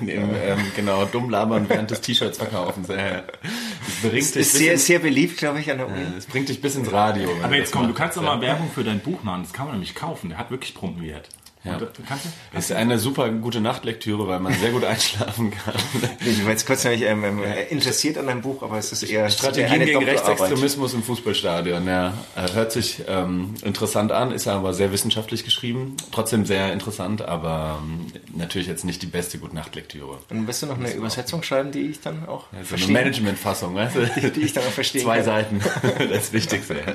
Speaker 4: In dem, ähm, genau, dumm labern während des T-Shirts verkaufen. Sehr, ja. Das bringt dich
Speaker 5: Ist
Speaker 4: bis
Speaker 5: sehr,
Speaker 4: ins-
Speaker 5: sehr beliebt, glaube ich, an der Uni.
Speaker 4: das bringt dich bis ins Radio. wenn
Speaker 3: Aber
Speaker 4: du
Speaker 3: jetzt
Speaker 4: das
Speaker 3: komm, du
Speaker 4: machst,
Speaker 3: kannst doch
Speaker 4: ja.
Speaker 3: mal Werbung für dein Buch machen. Das kann man nämlich kaufen. Der hat wirklich promoviert.
Speaker 4: Ja.
Speaker 3: Und du kannst,
Speaker 4: Ist eine super gute Nachtlektüre, weil man sehr gut einschlafen kann.
Speaker 5: Ich war jetzt kurz nämlich ähm, ähm, interessiert an deinem Buch, aber es ist eher
Speaker 4: Strategien
Speaker 5: eine
Speaker 4: gegen
Speaker 5: Doktorarbeit.
Speaker 4: Rechtsextremismus im Fußballstadion. Ja, Äh, hört sich ähm, interessant an, ist aber sehr wissenschaftlich geschrieben. Trotzdem sehr interessant, aber ähm, natürlich jetzt nicht die beste Gute-Nacht-Lektüre.
Speaker 5: Und wirst du noch eine Übersetzung schreiben, die ich dann auch
Speaker 4: Also eine
Speaker 5: verstehe?
Speaker 4: Management-Fassung, weißt du?
Speaker 5: (laughs) Die ich dann auch verstehen
Speaker 4: Zwei
Speaker 5: kann.
Speaker 4: Seiten, (laughs) das Wichtigste. ja.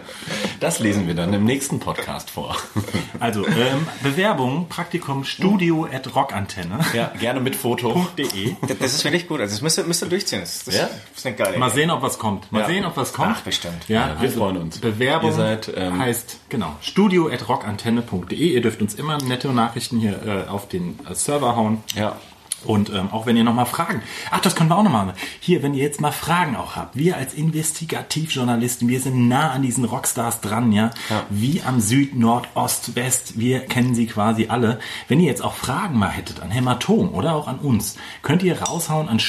Speaker 4: Das lesen wir dann im nächsten Podcast
Speaker 5: (laughs)
Speaker 4: vor.
Speaker 3: also,
Speaker 5: äh,
Speaker 3: ähm, Bewerbung, Praktikum, studio at rockantenne.de.
Speaker 4: Ja, gerne mit Foto.
Speaker 5: Das, das ist wirklich gut. Also das müsst ihr, müsst ihr durchziehen. Das, das
Speaker 4: Ja.
Speaker 5: ist eine geile
Speaker 3: Mal sehen, ob was kommt. Mal
Speaker 4: Ja.
Speaker 3: sehen, ob was kommt.
Speaker 5: Ach, bestimmt.
Speaker 3: Ja, also
Speaker 4: Ja, wir freuen uns.
Speaker 3: Bewerbung
Speaker 4: Ihr seid, ähm,
Speaker 3: heißt, genau, studio at rockantenne.de. Ihr dürft uns immer nette Nachrichten hier äh, auf den äh, Server hauen.
Speaker 4: Ja.
Speaker 3: Und ähm, auch wenn ihr nochmal Fragen, ach, das können wir auch nochmal machen. Hier, wenn ihr jetzt mal Fragen auch habt, wir als Investigativjournalisten, wir sind nah an diesen Rockstars dran, ja? Wie am Süd, Nord, Ost, West, wir kennen sie quasi alle. Wenn ihr jetzt auch Fragen mal hättet an Hämatom oder auch an uns, könnt ihr raushauen an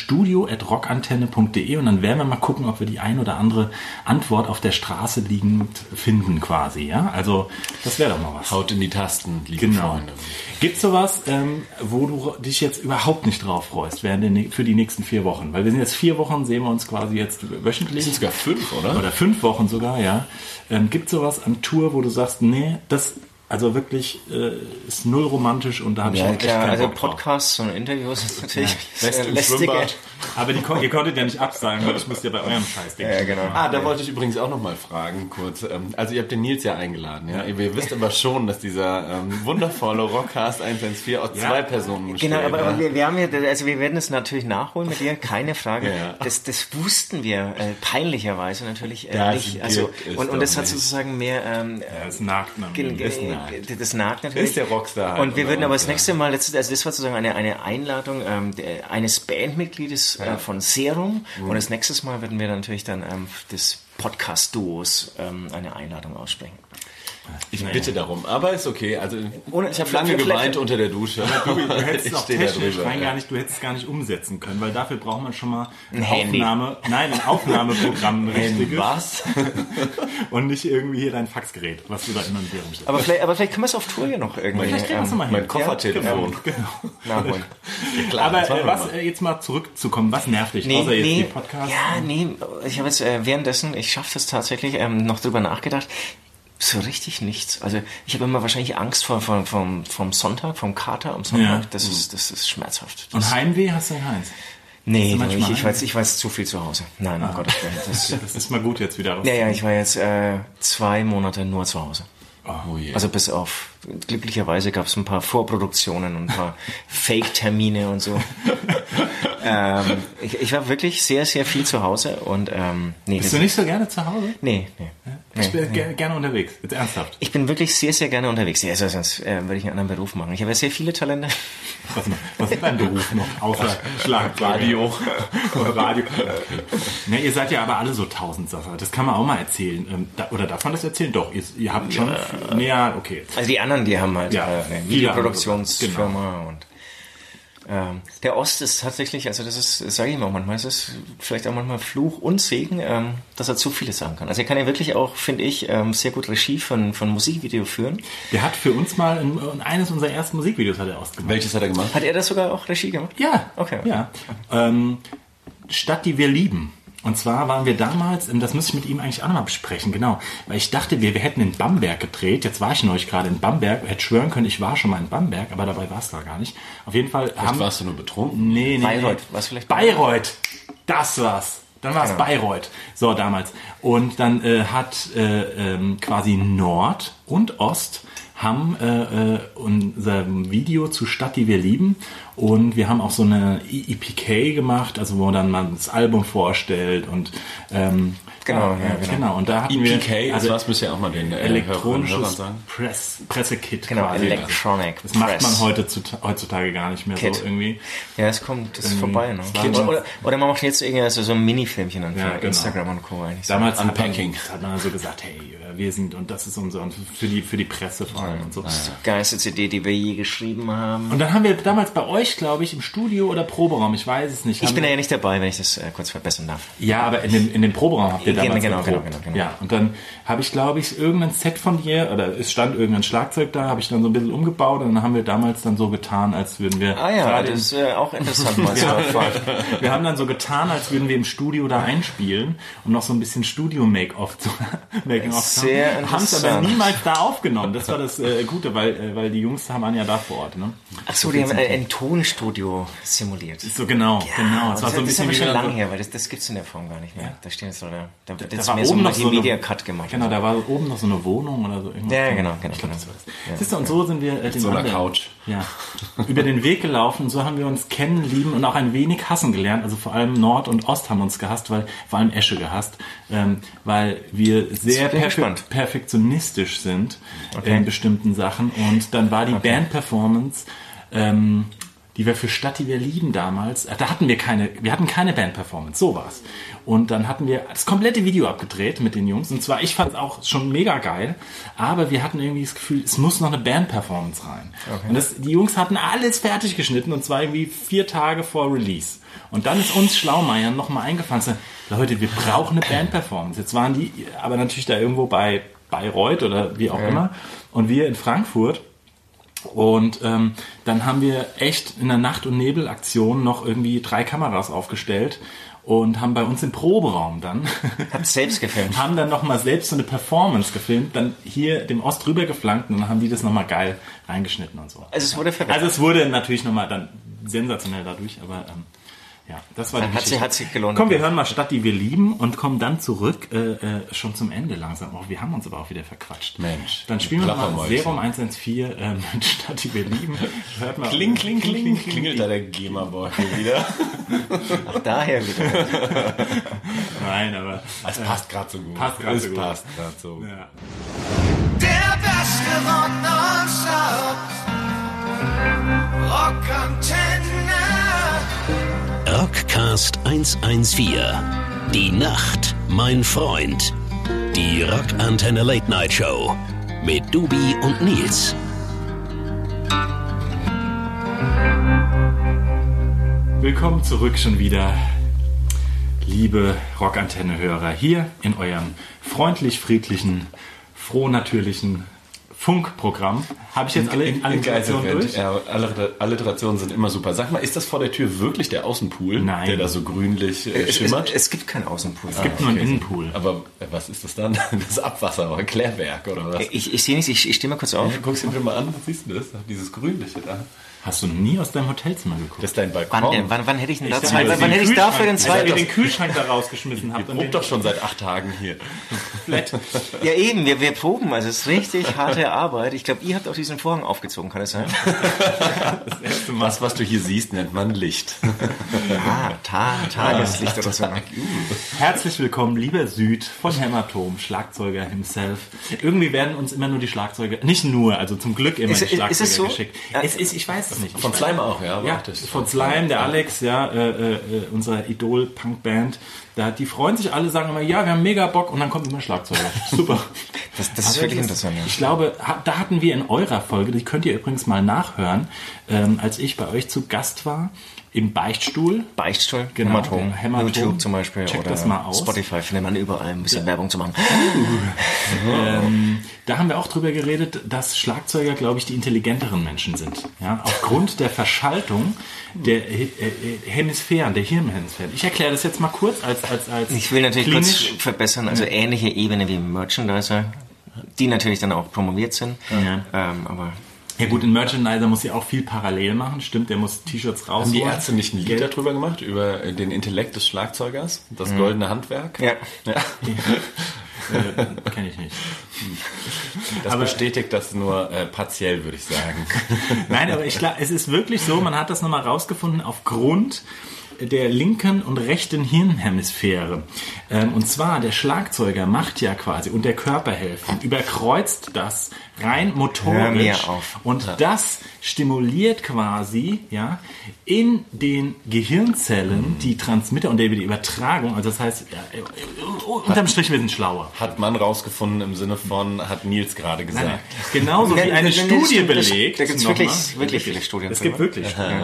Speaker 3: studio.rockantenne.de und dann werden wir mal gucken, ob wir die ein oder andere Antwort auf der Straße liegend finden quasi, ja? Also, das wäre doch mal was.
Speaker 4: Haut in die Tasten, liebe
Speaker 3: Genau.
Speaker 4: Freunde.
Speaker 3: Gibt's sowas, ähm, wo du dich jetzt überhaupt nicht drauf freust während der, nä- für die nächsten vier Wochen? Weil wir sind jetzt vier Wochen, sehen wir uns quasi jetzt
Speaker 4: Das sind
Speaker 3: wöchentlich
Speaker 4: sogar fünf, oder?
Speaker 3: oder fünf Wochen sogar, ja. Ähm, gibt's sowas an Tour, wo du sagst, nee, das Also wirklich äh, ist null romantisch und da habe ich
Speaker 4: Ja,
Speaker 3: auch echt
Speaker 4: klar,
Speaker 3: keinen
Speaker 5: also
Speaker 3: Bock drauf.
Speaker 5: Podcasts und Interviews ist natürlich
Speaker 4: Lässt
Speaker 5: sehr
Speaker 4: im
Speaker 5: lästig.
Speaker 4: Schwimmbad.
Speaker 3: Aber die, kon- ihr konntet ja nicht absagen, weil ich musste ja bei eurem Scheiß denken.
Speaker 5: Ja, genau.
Speaker 4: Ah, da wollte ich übrigens auch nochmal fragen, kurz. Ähm, Also ihr habt den Nils ja eingeladen, ja? Ihr wisst aber schon, dass dieser ähm, wundervolle Rockcast 114 aus zwei Personen besteht.
Speaker 5: Genau, aber,
Speaker 4: ja?
Speaker 5: aber wir, wir haben ja, also wir werden es natürlich nachholen mit dir, keine Frage.
Speaker 4: Ja.
Speaker 5: Das, das wussten wir äh, peinlicherweise natürlich äh,
Speaker 4: Das
Speaker 5: nicht.
Speaker 4: gibt
Speaker 5: Also,
Speaker 4: es
Speaker 5: und, und
Speaker 4: doch
Speaker 5: das hat
Speaker 4: nicht.
Speaker 5: sozusagen mehr ähm,
Speaker 3: Ja, es nagt nach
Speaker 5: Ge-
Speaker 3: mir.
Speaker 5: ge-
Speaker 4: Ist nackt.
Speaker 5: Das nagt natürlich.
Speaker 4: Ist der Rockstar halt
Speaker 5: Und wir
Speaker 4: unter
Speaker 5: würden aber
Speaker 4: uns,
Speaker 5: das
Speaker 4: ja.
Speaker 5: nächste Mal, letztes- also das war sozusagen eine, eine Einladung ähm, der, eines Bandmitgliedes äh, von Serum. Und das nächste Mal würden wir natürlich dann ähm, des Podcast-Duos ähm, eine Einladung aussprechen.
Speaker 4: Ich bitte darum, aber ist okay. Also
Speaker 5: Ohne-
Speaker 4: ich habe lange
Speaker 5: vielleicht-
Speaker 4: geweint unter der Dusche. (laughs)
Speaker 3: Du hättest auch
Speaker 4: steh da
Speaker 3: technisch
Speaker 4: drüber,
Speaker 3: rein
Speaker 4: ja.
Speaker 3: gar nicht, du hättest es gar nicht umsetzen können, weil dafür braucht man schon mal ein
Speaker 5: Handy.
Speaker 3: Aufnahme, nein, ein Aufnahmeprogramm, ein richtiges
Speaker 4: Was?
Speaker 3: (laughs) und nicht irgendwie hier dein Faxgerät, was du da immer in der Stellst.
Speaker 5: Aber vielleicht, aber vielleicht können wir es auf Tour ja noch irgendwie
Speaker 3: Vielleicht kriegen wir es
Speaker 5: ähm,
Speaker 3: nochmal hin.
Speaker 4: Mein Koffertelefon.
Speaker 3: genau. (laughs)
Speaker 5: nachholen.
Speaker 4: Klar, das
Speaker 3: Aber
Speaker 4: machen wir
Speaker 3: äh, was,
Speaker 4: mal.
Speaker 3: äh, jetzt mal zurückzukommen, was nervt dich,
Speaker 5: Nee,
Speaker 3: außer jetzt
Speaker 5: nee,
Speaker 3: die Podcasts?
Speaker 5: ja, nee, ich habe jetzt äh, währenddessen, ich schaffe das tatsächlich, ähm, noch drüber nachgedacht. So richtig nichts. Also ich habe immer wahrscheinlich Angst vor, vor, vom, vom Sonntag, vom Kater am Sonntag.
Speaker 3: Ja.
Speaker 5: Das, ist, das ist schmerzhaft. Das,
Speaker 3: Und Heimweh hast du ja keins.
Speaker 5: nee,
Speaker 3: du
Speaker 5: ich,
Speaker 3: manchmal Ah.
Speaker 5: ich, weiß, ich weiß zu viel zu Hause. Nein, um Gottes Willen.
Speaker 3: (laughs)
Speaker 5: Das,
Speaker 3: Das ist mal gut jetzt wieder. raus.
Speaker 5: ja, ja, ich war jetzt äh, zwei Monate nur zu Hause.
Speaker 4: Oh je.
Speaker 5: Also bis auf, glücklicherweise gab es ein paar Vorproduktionen und ein
Speaker 3: (laughs)
Speaker 5: paar Fake-Termine und so. ähm, ich, ich war wirklich sehr, sehr viel zu Hause und ähm, nee,
Speaker 3: Bist
Speaker 5: das-
Speaker 3: du nicht so gerne zu Hause?
Speaker 5: Nee, nee.
Speaker 3: Ich bin ger- gerne unterwegs, jetzt ernsthaft.
Speaker 5: Ich bin wirklich sehr, sehr gerne unterwegs. Ja, also sonst äh, würde ich einen anderen Beruf machen. Ich habe ja sehr viele Talente.
Speaker 3: Was, was ist dein Beruf noch außer Schlagradio oder Radio? Ne, ihr seid ja aber alle so Tausendsasser. Das kann man auch mal erzählen. Ähm, da, oder darf man das erzählen? Doch, ihr, ihr habt schon. Ja, nee, ja okay.
Speaker 5: Also die anderen, die haben halt
Speaker 3: Ja,
Speaker 5: äh, eine
Speaker 3: viele
Speaker 5: Videoproduktionsfirma und ähm, der Ost ist tatsächlich, also das ist, sage ich mal manchmal, es ist vielleicht auch manchmal Fluch und Segen, ähm, dass er zu vieles sagen kann. Also er kann ja wirklich auch, finde ich, ähm, sehr gut Regie von, von Musikvideo führen.
Speaker 3: Der hat für uns mal in, in eines unserer ersten Musikvideos hat er ausgemacht.
Speaker 4: Welches hat er gemacht?
Speaker 5: Hat er das sogar auch Regie gemacht?
Speaker 3: Ja,
Speaker 5: Okay.
Speaker 3: Ja. Ähm, Stadt, die wir lieben. Und zwar waren wir damals, ähm, das müsste ich mit ihm eigentlich auch nochmal besprechen, genau. Weil ich dachte, wir, wir hätten in Bamberg gedreht. Jetzt war ich neulich gerade in Bamberg, hätte schwören können, ich war schon mal in Bamberg, aber dabei war es da gar nicht. Auf jeden Fall haben.
Speaker 4: Warst du nur betrunken?
Speaker 3: Nee, nee,
Speaker 5: Bayreuth, Genau.
Speaker 3: nee.
Speaker 5: war's vielleicht
Speaker 3: Bayreuth. Das war's. Dann war es Bayreuth. So, damals. Und dann äh, hat äh, ähm, quasi Nord und Ost haben äh, äh, unser Video zu Stadt, die wir lieben. Und wir haben auch so eine E EPK gemacht, also wo dann man das Album vorstellt und ähm,
Speaker 5: Genau,
Speaker 3: äh,
Speaker 5: ja, genau.
Speaker 3: Und da hatten
Speaker 4: EPK,
Speaker 3: wir
Speaker 4: also
Speaker 3: also
Speaker 4: was müsst ihr auch mal den äh, Hörerinnen und Hörern
Speaker 3: elektronisches
Speaker 4: sagen?
Speaker 3: Press, Pressekit
Speaker 5: Genau,
Speaker 3: quasi.
Speaker 5: Electronic
Speaker 3: Das macht
Speaker 5: Press.
Speaker 3: man heute zu, heutzutage gar nicht mehr
Speaker 5: Kit.
Speaker 3: so irgendwie.
Speaker 5: Ja, es kommt, es
Speaker 3: Ähm,
Speaker 5: ist vorbei. Ne?
Speaker 3: Kid.
Speaker 5: Oder, oder, oder man macht jetzt irgendwie so, so ein Mini-Filmchen an für
Speaker 3: Ja, genau.
Speaker 5: Instagram und Co. eigentlich.
Speaker 3: Damals hat
Speaker 4: Unpacking.
Speaker 3: man, hat man so gesagt, hey, wir sind und das ist unser und für die für die Presse vor allem und so.
Speaker 5: geilste CD, die wir je geschrieben haben.
Speaker 3: Und dann haben wir damals bei euch, glaube ich, im Studio oder Proberaum, ich weiß es nicht.
Speaker 5: Ich
Speaker 3: haben
Speaker 5: bin da
Speaker 3: wir,
Speaker 5: ja nicht dabei, wenn ich das äh, kurz verbessern darf.
Speaker 3: ja, aber in dem, in dem Proberaum habt ihr
Speaker 5: Genau,
Speaker 3: damals
Speaker 5: genau,
Speaker 3: geprobt.
Speaker 5: genau, genau, genau.
Speaker 3: Ja, und dann habe ich, glaube ich, irgendein Set von dir oder es stand irgendein Schlagzeug da, habe ich dann so ein bisschen umgebaut und dann haben wir damals dann so getan, als würden wir
Speaker 5: Ah ja,
Speaker 3: gerade
Speaker 5: das ist äh,
Speaker 3: (laughs)
Speaker 5: auch interessant mal zu
Speaker 3: Ja.
Speaker 5: erfahren.
Speaker 3: Wir haben dann so getan, als würden wir im Studio da einspielen, um noch so ein bisschen Studio-Make-off zu (laughs) Making of zu
Speaker 5: Sehr
Speaker 3: haben. Haben es aber
Speaker 5: interessant.
Speaker 3: niemals da aufgenommen. Das war das äh, Gute, weil, äh, weil die Jungs haben ja da vor Ort. Ne?
Speaker 5: Achso, die haben äh, ein Tonstudio simuliert.
Speaker 3: So genau, genau. Es
Speaker 5: das,
Speaker 3: war so ein
Speaker 5: das
Speaker 3: bisschen
Speaker 5: ist aber
Speaker 3: wie
Speaker 5: schon
Speaker 3: wenn man
Speaker 5: lange
Speaker 3: so-
Speaker 5: her, weil das, das gibt es in der Form gar nicht mehr. Da stehen jetzt so, da, da wird jetzt
Speaker 3: war
Speaker 5: mehr so
Speaker 3: oben
Speaker 5: ein
Speaker 3: noch so eine-
Speaker 5: Media-Cut gemacht.
Speaker 3: Genau, da war oben noch so eine Wohnung oder so. irgendwas.
Speaker 5: Ja, genau, genau.
Speaker 3: Ich glaube, das
Speaker 5: genau.
Speaker 3: war das. Siehst du, und so sind wir äh, den
Speaker 4: so einer
Speaker 3: anderen-
Speaker 4: Couch.
Speaker 3: Ja, über den Weg gelaufen. und So haben wir uns kennen, lieben und auch ein wenig hassen gelernt. Also vor allem Nord und Ost haben uns gehasst, weil vor allem Esche gehasst, ähm, weil wir sehr
Speaker 5: Ich bin
Speaker 3: perfe-
Speaker 5: gespannt.
Speaker 3: perfektionistisch sind in bestimmten Sachen. Und dann war die Band-Performance. Ähm, die wir für Stadt, die wir lieben damals, äh, da hatten wir keine, wir hatten keine Band-Performance, so war's. Und dann hatten wir das komplette Video abgedreht mit den Jungs. Und zwar, ich fand's auch schon mega geil, aber wir hatten irgendwie das Gefühl, es muss noch eine Band-Performance rein. Und das, die Jungs hatten alles fertig geschnitten und zwar irgendwie vier Tage vor Release. Und dann ist uns Schlaumeier nochmal eingefallen, so, Leute, wir brauchen eine Band-Performance. Jetzt waren die aber natürlich da irgendwo bei Bayreuth oder wie auch immer. Und wir in Frankfurt. Und ähm, dann haben wir echt in der Nacht- und Nebel-Aktion noch irgendwie drei Kameras aufgestellt und haben bei uns im Proberaum dann (laughs)
Speaker 5: Hab's selbst gefilmt.
Speaker 3: haben dann nochmal selbst so eine Performance gefilmt, dann hier dem Ost rüber geflankt und dann haben die das nochmal geil reingeschnitten und so.
Speaker 5: Also es wurde verwendet.
Speaker 3: Also es wurde natürlich nochmal dann sensationell dadurch, aber ähm, ja, das war die
Speaker 5: Hat sie-
Speaker 3: Geschichte.
Speaker 5: hat sie gelohnt.
Speaker 3: Komm, wir hören mal Stadt, die wir lieben und kommen dann zurück, äh, äh, schon zum Ende langsam. Oh, wir haben uns aber auch wieder verquatscht.
Speaker 4: Mensch,
Speaker 3: Dann spielen wir noch mal
Speaker 4: Klappermäulchen.
Speaker 3: Serum 114 äh, mit (laughs) Stadt, die wir lieben. Hört mal.
Speaker 4: Kling, kling, kling, kling, klingelt da der GEMA-Beutel wieder.
Speaker 3: Also-
Speaker 5: Auch
Speaker 3: (laughs)
Speaker 5: daher wieder.
Speaker 3: Nein, aber...
Speaker 4: Es passt gerade so gut.
Speaker 3: Passt grad
Speaker 4: es
Speaker 3: so gut.
Speaker 4: passt gerade so gut.
Speaker 3: Ja.
Speaker 1: Der Beste von Non-Stop. Rock Antenne.
Speaker 2: Rockcast 114. Die Nacht, mein Freund. Die Rock Antenne Late Night Show mit Dubi und Nils.
Speaker 3: Willkommen zurück schon wieder, liebe Rockantenne-Hörer, hier in eurem freundlich-friedlichen, frohnatürlichen Funkprogramm. Habe ich jetzt alle
Speaker 4: In- in-
Speaker 3: Alliterationen
Speaker 4: Geiselwind.
Speaker 3: durch?
Speaker 4: Ja, alle Alliterationen sind immer super. Sag mal, ist das vor der Tür wirklich der Außenpool,
Speaker 3: Nein.
Speaker 4: der da so grünlich äh,
Speaker 5: Es,
Speaker 4: schimmert?
Speaker 5: es gibt keinen Außenpool.
Speaker 3: Gibt nur einen Innenpool.
Speaker 4: Aber äh, was ist das dann? (laughs) Das Abwasser oder Klärwerk oder was?
Speaker 5: Ah. Äh, Ich, ich sehe nichts, ich, ich stehe mal kurz auf.
Speaker 4: Guckst du dir mal an, was siehst du das? Dieses Grünliche da.
Speaker 3: Hast du nie aus deinem Hotelzimmer geguckt?
Speaker 4: Das ist dein Balkon.
Speaker 5: Wann, äh, wann, wann hätte ich denn dazu,
Speaker 3: Als ihr
Speaker 5: wann,
Speaker 3: den
Speaker 5: wann hätte ich
Speaker 3: Kühlschrank-
Speaker 5: dafür den
Speaker 3: als ihr
Speaker 5: zweiten?
Speaker 3: den Kühlschrank da
Speaker 5: (laughs)
Speaker 3: rausgeschmissen habt und
Speaker 4: Probt
Speaker 3: den
Speaker 4: doch schon seit acht Tagen hier.
Speaker 3: Flat.
Speaker 5: Ja eben, wir, wir proben, also es ist richtig harte Arbeit. Ich glaube, ihr habt auch diesen Vorhang aufgezogen, kann das sein?
Speaker 3: Das erste Mal.
Speaker 4: Was, was du hier siehst, nennt man Licht.
Speaker 5: Ah, Ta Tageslicht
Speaker 3: (laughs)
Speaker 5: oder so.
Speaker 3: Herzlich willkommen, lieber Süd von Hämatom, Schlagzeuger himself. Irgendwie werden uns immer nur die Schlagzeuger, nicht nur, also zum Glück immer
Speaker 5: Ist-
Speaker 3: die
Speaker 5: ist- ist
Speaker 3: Schlagzeuger
Speaker 5: es so?
Speaker 3: geschickt.
Speaker 5: Ja.
Speaker 3: Es ist, ich weiß es nicht.
Speaker 4: Von Slime auch, ja?
Speaker 3: Ja,
Speaker 4: Warte, ich-
Speaker 3: von Slime, der Alex, ja, äh, äh, äh, unser Idol-Punk-Band. Da, die freuen sich alle, sagen immer, ja, wir haben mega Bock und dann kommt immer
Speaker 5: (laughs)
Speaker 3: Schlagzeuger. Super.
Speaker 5: Das, das ist wirklich interessant. Ja.
Speaker 3: Ich glaube, ha- da hatten wir in eurer Folge, die könnt ihr übrigens mal nachhören, ähm, als ich bei euch zu Gast war, im Beichtstuhl.
Speaker 5: Beichtstuhl,
Speaker 3: Genau,
Speaker 5: Hämatom,
Speaker 3: der Hämatom.
Speaker 5: YouTube zum Beispiel
Speaker 3: Checkt
Speaker 5: oder
Speaker 3: das mal aus.
Speaker 5: Spotify findet man überall ein bisschen Werbung zu machen.
Speaker 3: Uh. Ähm, da haben wir auch drüber geredet, dass Schlagzeuger, glaube ich, die intelligenteren Menschen sind. Ja? Aufgrund der Verschaltung der äh, äh, Hemisphären, der Hirnhemisphären. Ich erkläre das jetzt mal kurz als als als
Speaker 5: Ich will natürlich kurz
Speaker 3: klinisch-
Speaker 5: verbessern, also ähnliche Ebene wie Merchandiser, die natürlich dann auch promoviert sind.
Speaker 3: Ja.
Speaker 5: Ähm, aber
Speaker 3: Ja gut, ein Merchandiser muss ja auch viel parallel machen, stimmt, der muss T-Shirts raus.
Speaker 4: Haben die Ärzte nicht ein Lied darüber gemacht, über äh, den Intellekt des Schlagzeugers, das goldene Handwerk?
Speaker 5: Mhm. ja,
Speaker 3: Äh, Kenne ich nicht.
Speaker 4: Das bestätigt das nur äh, partiell, würde ich sagen.
Speaker 3: Nein, aber ich glaube, es ist wirklich so, man hat das nochmal rausgefunden aufgrund der linken und rechten Hirnhemisphäre. Ähm, und zwar, der Schlagzeuger macht ja quasi und der Körperhälften überkreuzt das rein
Speaker 5: Hör mir
Speaker 3: motorisch.
Speaker 5: auf.
Speaker 3: Und das stimuliert quasi ja, in den Gehirnzellen
Speaker 5: Mhm.
Speaker 3: die Transmitter und über die Übertragung. Also das heißt, ja, unterm Strich, wir sind schlauer.
Speaker 4: Hat man rausgefunden im Sinne von, hat Nils gerade gesagt.
Speaker 3: Nein, Genauso wie
Speaker 5: Nein,
Speaker 3: eine
Speaker 5: nein, nein, das
Speaker 3: Studie
Speaker 5: stimmt, das-
Speaker 3: belegt.
Speaker 5: da gibt's
Speaker 3: nochmal.
Speaker 5: wirklich- wirklich viele Studien
Speaker 3: Es gibt
Speaker 5: drüber.
Speaker 3: wirklich Studien.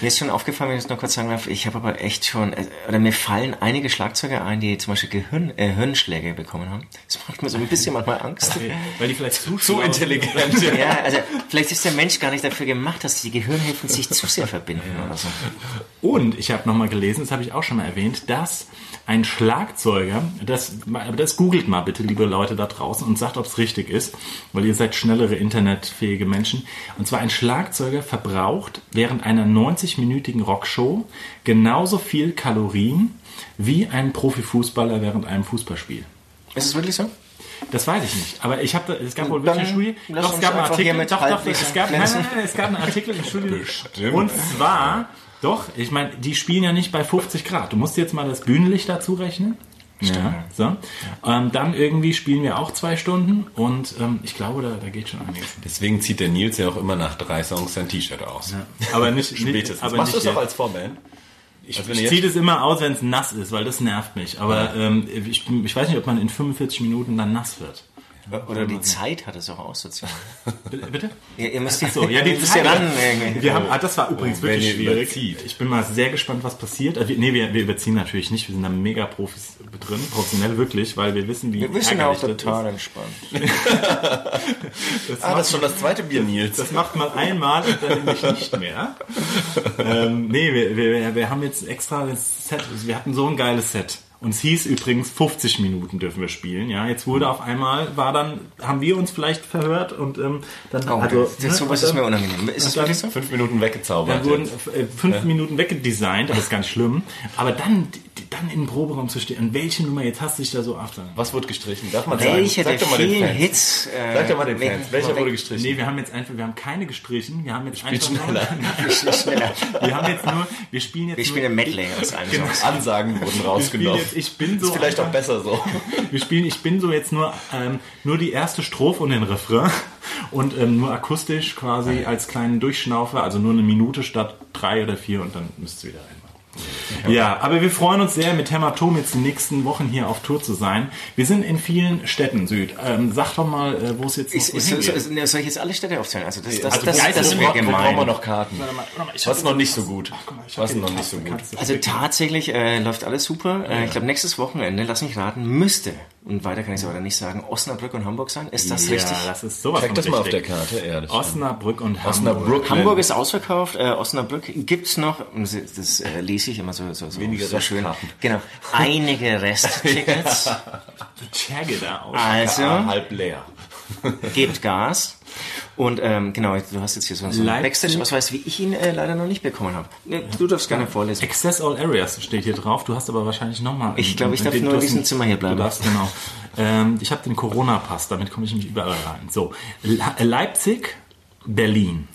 Speaker 5: mir ist schon aufgefallen, wenn ich es noch kurz sagen darf, ich habe aber echt schon, äh, oder mir fallen einige Schlagzeuger ein, die zum Beispiel Gehirn, äh, Hirnschläge bekommen haben. Das macht mir so ein bisschen manchmal Angst.
Speaker 3: Weil die vielleicht zu,
Speaker 4: So
Speaker 3: schlau sind.
Speaker 4: intelligent.
Speaker 5: Ja, also vielleicht ist der Mensch gar nicht dafür gemacht, dass die Gehirnhälften sich zu sehr verbinden oder so.
Speaker 3: Und ich habe nochmal gelesen, das habe ich auch schon mal erwähnt, dass ein Schlagzeuger, das, aber das googelt mal bitte, liebe Leute da draußen, und sagt, ob es richtig ist, weil ihr seid schnellere internetfähige Menschen. Und zwar ein Schlagzeuger verbraucht während einer 90-minütigen Rockshow genauso viel Kalorien wie ein Profifußballer während einem Fußballspiel.
Speaker 5: Ist es wirklich so?
Speaker 3: Das weiß ich nicht, aber ich habe, es gab wohl
Speaker 5: Dann
Speaker 3: wirklich eine Studie.
Speaker 5: lass
Speaker 3: Doch, es
Speaker 5: uns
Speaker 3: gab einen
Speaker 5: einfach hier
Speaker 3: Artikel.
Speaker 5: mit
Speaker 3: Doch, doch,
Speaker 5: Halbwissen
Speaker 3: es gab, nein,
Speaker 5: glänzen.
Speaker 3: nein, nein, es gab einen Artikel in Studie.
Speaker 4: Bestimmt.
Speaker 3: Und zwar, doch, ich meine, die spielen ja nicht bei 50 Grad. Du musst jetzt mal das Bühnenlicht dazu rechnen. Ja, so. Ähm, dann irgendwie spielen wir auch zwei Stunden und ähm, ich glaube, da, da geht schon einiges.
Speaker 4: (laughs) Deswegen zieht der Nils ja auch immer nach drei Songs sein T-Shirt aus.
Speaker 3: Aber nicht,
Speaker 4: Spätestens.
Speaker 3: nicht aber
Speaker 4: Machst du
Speaker 3: nicht
Speaker 4: es auch
Speaker 3: jetzt.
Speaker 4: als Vorband? Ich, also wenn
Speaker 3: Ich
Speaker 4: ihr
Speaker 3: ziehe
Speaker 4: jetzt,
Speaker 3: das immer aus, wenn es nass ist, weil das nervt mich. Aber ähm, ich, ich weiß nicht, ob man in 45 Minuten dann nass wird.
Speaker 5: Oder die Zeit hat es auch aussozial.
Speaker 3: Bitte?
Speaker 5: Ihr, ihr müsst ja,
Speaker 3: So, ja, die
Speaker 5: ihr müsst ja äh,
Speaker 3: Zeit.
Speaker 5: ran. irgendwie.
Speaker 3: Äh, Wir haben, ah, das war übrigens
Speaker 4: wenn
Speaker 3: wirklich
Speaker 4: ihr
Speaker 3: schwierig.
Speaker 4: überzieht.
Speaker 3: Ich bin mal sehr gespannt, was passiert. Also, wir- nee, wir, wir überziehen natürlich nicht. Wir sind da mega Profis drin, professionell wirklich, weil wir wissen, wie
Speaker 5: Wir sind ja auch
Speaker 3: ärgerlich
Speaker 5: total entspannt.
Speaker 3: das ist. Das,
Speaker 4: Ah, das
Speaker 3: macht,
Speaker 4: ist schon das zweite Bier, Nils.
Speaker 3: das macht man einmal und dann nämlich nicht mehr. ähm, nee, wir, wir, wir haben jetzt extra das Set. Wir hatten so ein geiles Set. Und es hieß übrigens, 50 Minuten dürfen wir spielen. Ja, jetzt wurde auf einmal, war dann, haben wir uns vielleicht verhört und ähm, dann
Speaker 5: Oh,
Speaker 3: also,
Speaker 5: das, das, sowas ist mir unangenehm. Ist es wirklich so?
Speaker 4: Fünf Minuten weggezaubert.
Speaker 3: Dann wurden
Speaker 4: jetzt.
Speaker 3: äh, fünf Minuten weggedesignt, das ist ganz schlimm. Aber dann, die- dann im Proberaum zu stehen, und welche Nummer jetzt hast du dich da so ab?
Speaker 4: Was wurde gestrichen? Darf man
Speaker 5: Welcher
Speaker 4: sagen?
Speaker 5: der
Speaker 4: Sag doch mal den
Speaker 5: vielen
Speaker 4: Fans.
Speaker 5: Hits? Äh,
Speaker 4: Sag doch mal den
Speaker 5: wegen-
Speaker 4: Fans. Welcher wurde gestrichen?
Speaker 3: Nee, wir haben jetzt einfach, wir haben keine gestrichen, wir haben jetzt einfach
Speaker 4: schneller.
Speaker 3: Nur,
Speaker 5: schneller.
Speaker 3: wir haben jetzt nur, wir spielen jetzt
Speaker 5: Wir spielen ein
Speaker 3: nur,
Speaker 5: Medley aus einem Song.
Speaker 4: Ansagen
Speaker 3: (laughs)
Speaker 4: wurden
Speaker 3: wir spielen
Speaker 4: rausgenommen.
Speaker 3: jetzt, ich bin so,
Speaker 4: ist vielleicht auch
Speaker 3: einfach- (laughs)
Speaker 4: besser so.
Speaker 3: wir spielen, ich bin so jetzt nur, ähm, nur die erste Strophe und den Refrain und ähm, nur akustisch quasi als kleinen Durchschnaufer, also nur eine Minute statt drei oder vier und dann müsst ihr wieder einmal. Ja, aber wir freuen uns sehr, mit Hämatom jetzt die nächsten Wochen hier auf Tour zu sein. Wir sind in vielen Städten, Süd. Ähm, sag doch mal, äh, wo es jetzt noch
Speaker 5: Ist,
Speaker 3: so
Speaker 5: ist,
Speaker 3: hingeht.
Speaker 5: ist, ist, ne, soll ich jetzt alle Städte aufzählen? Also das, das,
Speaker 4: Also
Speaker 5: das,
Speaker 4: wo-
Speaker 5: das,
Speaker 4: wo,
Speaker 5: wäre
Speaker 4: wo, wo brauchen wir
Speaker 5: gemein.
Speaker 4: noch Karten? Was noch nicht so gut? Was noch nicht so gut?
Speaker 5: Also tatsächlich äh, läuft alles super. Äh, ich glaube, nächstes Wochenende, lass mich raten, müsste, und weiter kann ich es aber nicht sagen, Osnabrück und Hamburg sein. Ist das
Speaker 3: ja,
Speaker 5: richtig?
Speaker 3: das ist sowas
Speaker 4: Check
Speaker 3: von
Speaker 4: das mal auf der
Speaker 3: richtig.
Speaker 4: Karte. Ja, das stimmt.
Speaker 3: Osnabrück und Hamburg.
Speaker 4: Osnabrück.
Speaker 5: Hamburg ist ausverkauft, äh, Osnabrück gibt es noch, das, das äh, lese ich immer so, so, so,
Speaker 4: Wenige
Speaker 5: so schön.
Speaker 4: Restkarten.
Speaker 5: Genau,
Speaker 4: (laughs)
Speaker 5: einige Resttickets.
Speaker 3: Chagge da aus.
Speaker 5: Also,
Speaker 4: Ah, halb leer.
Speaker 5: gebt Gas. Und ähm, genau, du hast jetzt hier so, so einen
Speaker 3: Leipzig.
Speaker 5: Backstage-Ausweis, wie ich ihn äh, leider noch nicht bekommen habe. Ne, Du darfst gerne vorlesen.
Speaker 3: Access All Areas steht hier drauf. Du hast aber wahrscheinlich nochmal.
Speaker 5: Ich glaube, ich darf nur in diesem Zimmer hier bleiben.
Speaker 3: Du darfst, genau. Ähm, ich habe den Corona-Pass, damit komme ich nämlich überall rein. So, Le- Leipzig, Berlin.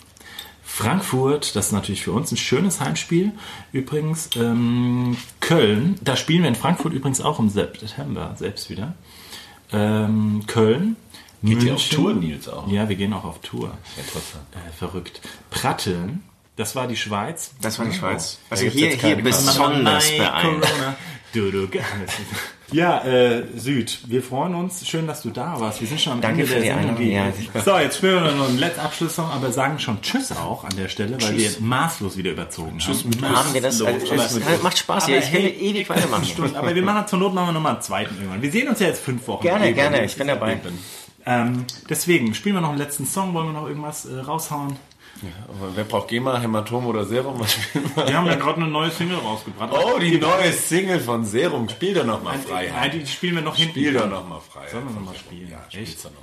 Speaker 3: Frankfurt, das ist natürlich für uns ein schönes Heimspiel. Übrigens, ähm, Köln, da spielen wir in Frankfurt übrigens auch im September selbst wieder. Ähm, Köln, Geht
Speaker 4: ihr auf Tour, Nils, auch?
Speaker 3: Ja, wir gehen auch auf Tour.
Speaker 4: Interessant.
Speaker 3: Äh, verrückt. Pratteln, das war die Schweiz.
Speaker 5: Das war die Schweiz. Also
Speaker 4: Oh. gibt's
Speaker 5: hier,
Speaker 4: jetzt
Speaker 5: hier
Speaker 4: keine
Speaker 5: besonders beeint.
Speaker 3: Du, du,
Speaker 5: (laughs)
Speaker 3: ja, äh, Süd, wir freuen uns. Schön, dass du da warst. Wir sind schon am
Speaker 5: Danke
Speaker 3: Ende
Speaker 5: für die
Speaker 3: der Sendung.
Speaker 5: Einladung,
Speaker 3: So, jetzt spielen wir noch einen letzten Abschlusssong, aber sagen schon Tschüss auch an der Stelle, weil wir maßlos wieder überzogen haben.
Speaker 5: Haben wir das? Also,
Speaker 3: aber-
Speaker 5: es macht- macht Spaß hier.
Speaker 3: aber
Speaker 5: Ich könnte
Speaker 3: hey,
Speaker 5: ewig weitermachen.
Speaker 3: Stunde. Aber
Speaker 5: (laughs)
Speaker 3: wir machen zur Not machen wir nochmal einen zweiten irgendwann. Wir sehen uns ja jetzt fünf Wochen. eh,
Speaker 5: Gerne,
Speaker 3: Eben.
Speaker 5: gerne. Ich bin dabei.
Speaker 3: Ähm, deswegen, spielen wir noch einen letzten Song. Wollen wir noch irgendwas äh, raushauen?
Speaker 4: Aber Wer braucht GEMA, Hämatom oder Serum? Was spielen wir?
Speaker 3: Wir
Speaker 5: (laughs)
Speaker 3: haben ja gerade eine neue Single rausgebracht.
Speaker 4: Oh, die neue Single von Serum. Spiel doch nochmal
Speaker 3: Nein,
Speaker 4: Freiheit.
Speaker 3: die spielen wir noch hinten.
Speaker 4: Spiel doch nochmal Freiheit.
Speaker 3: Sollen wir noch mal spielen?
Speaker 4: Ja,
Speaker 3: Echt?
Speaker 4: spiel's doch noch.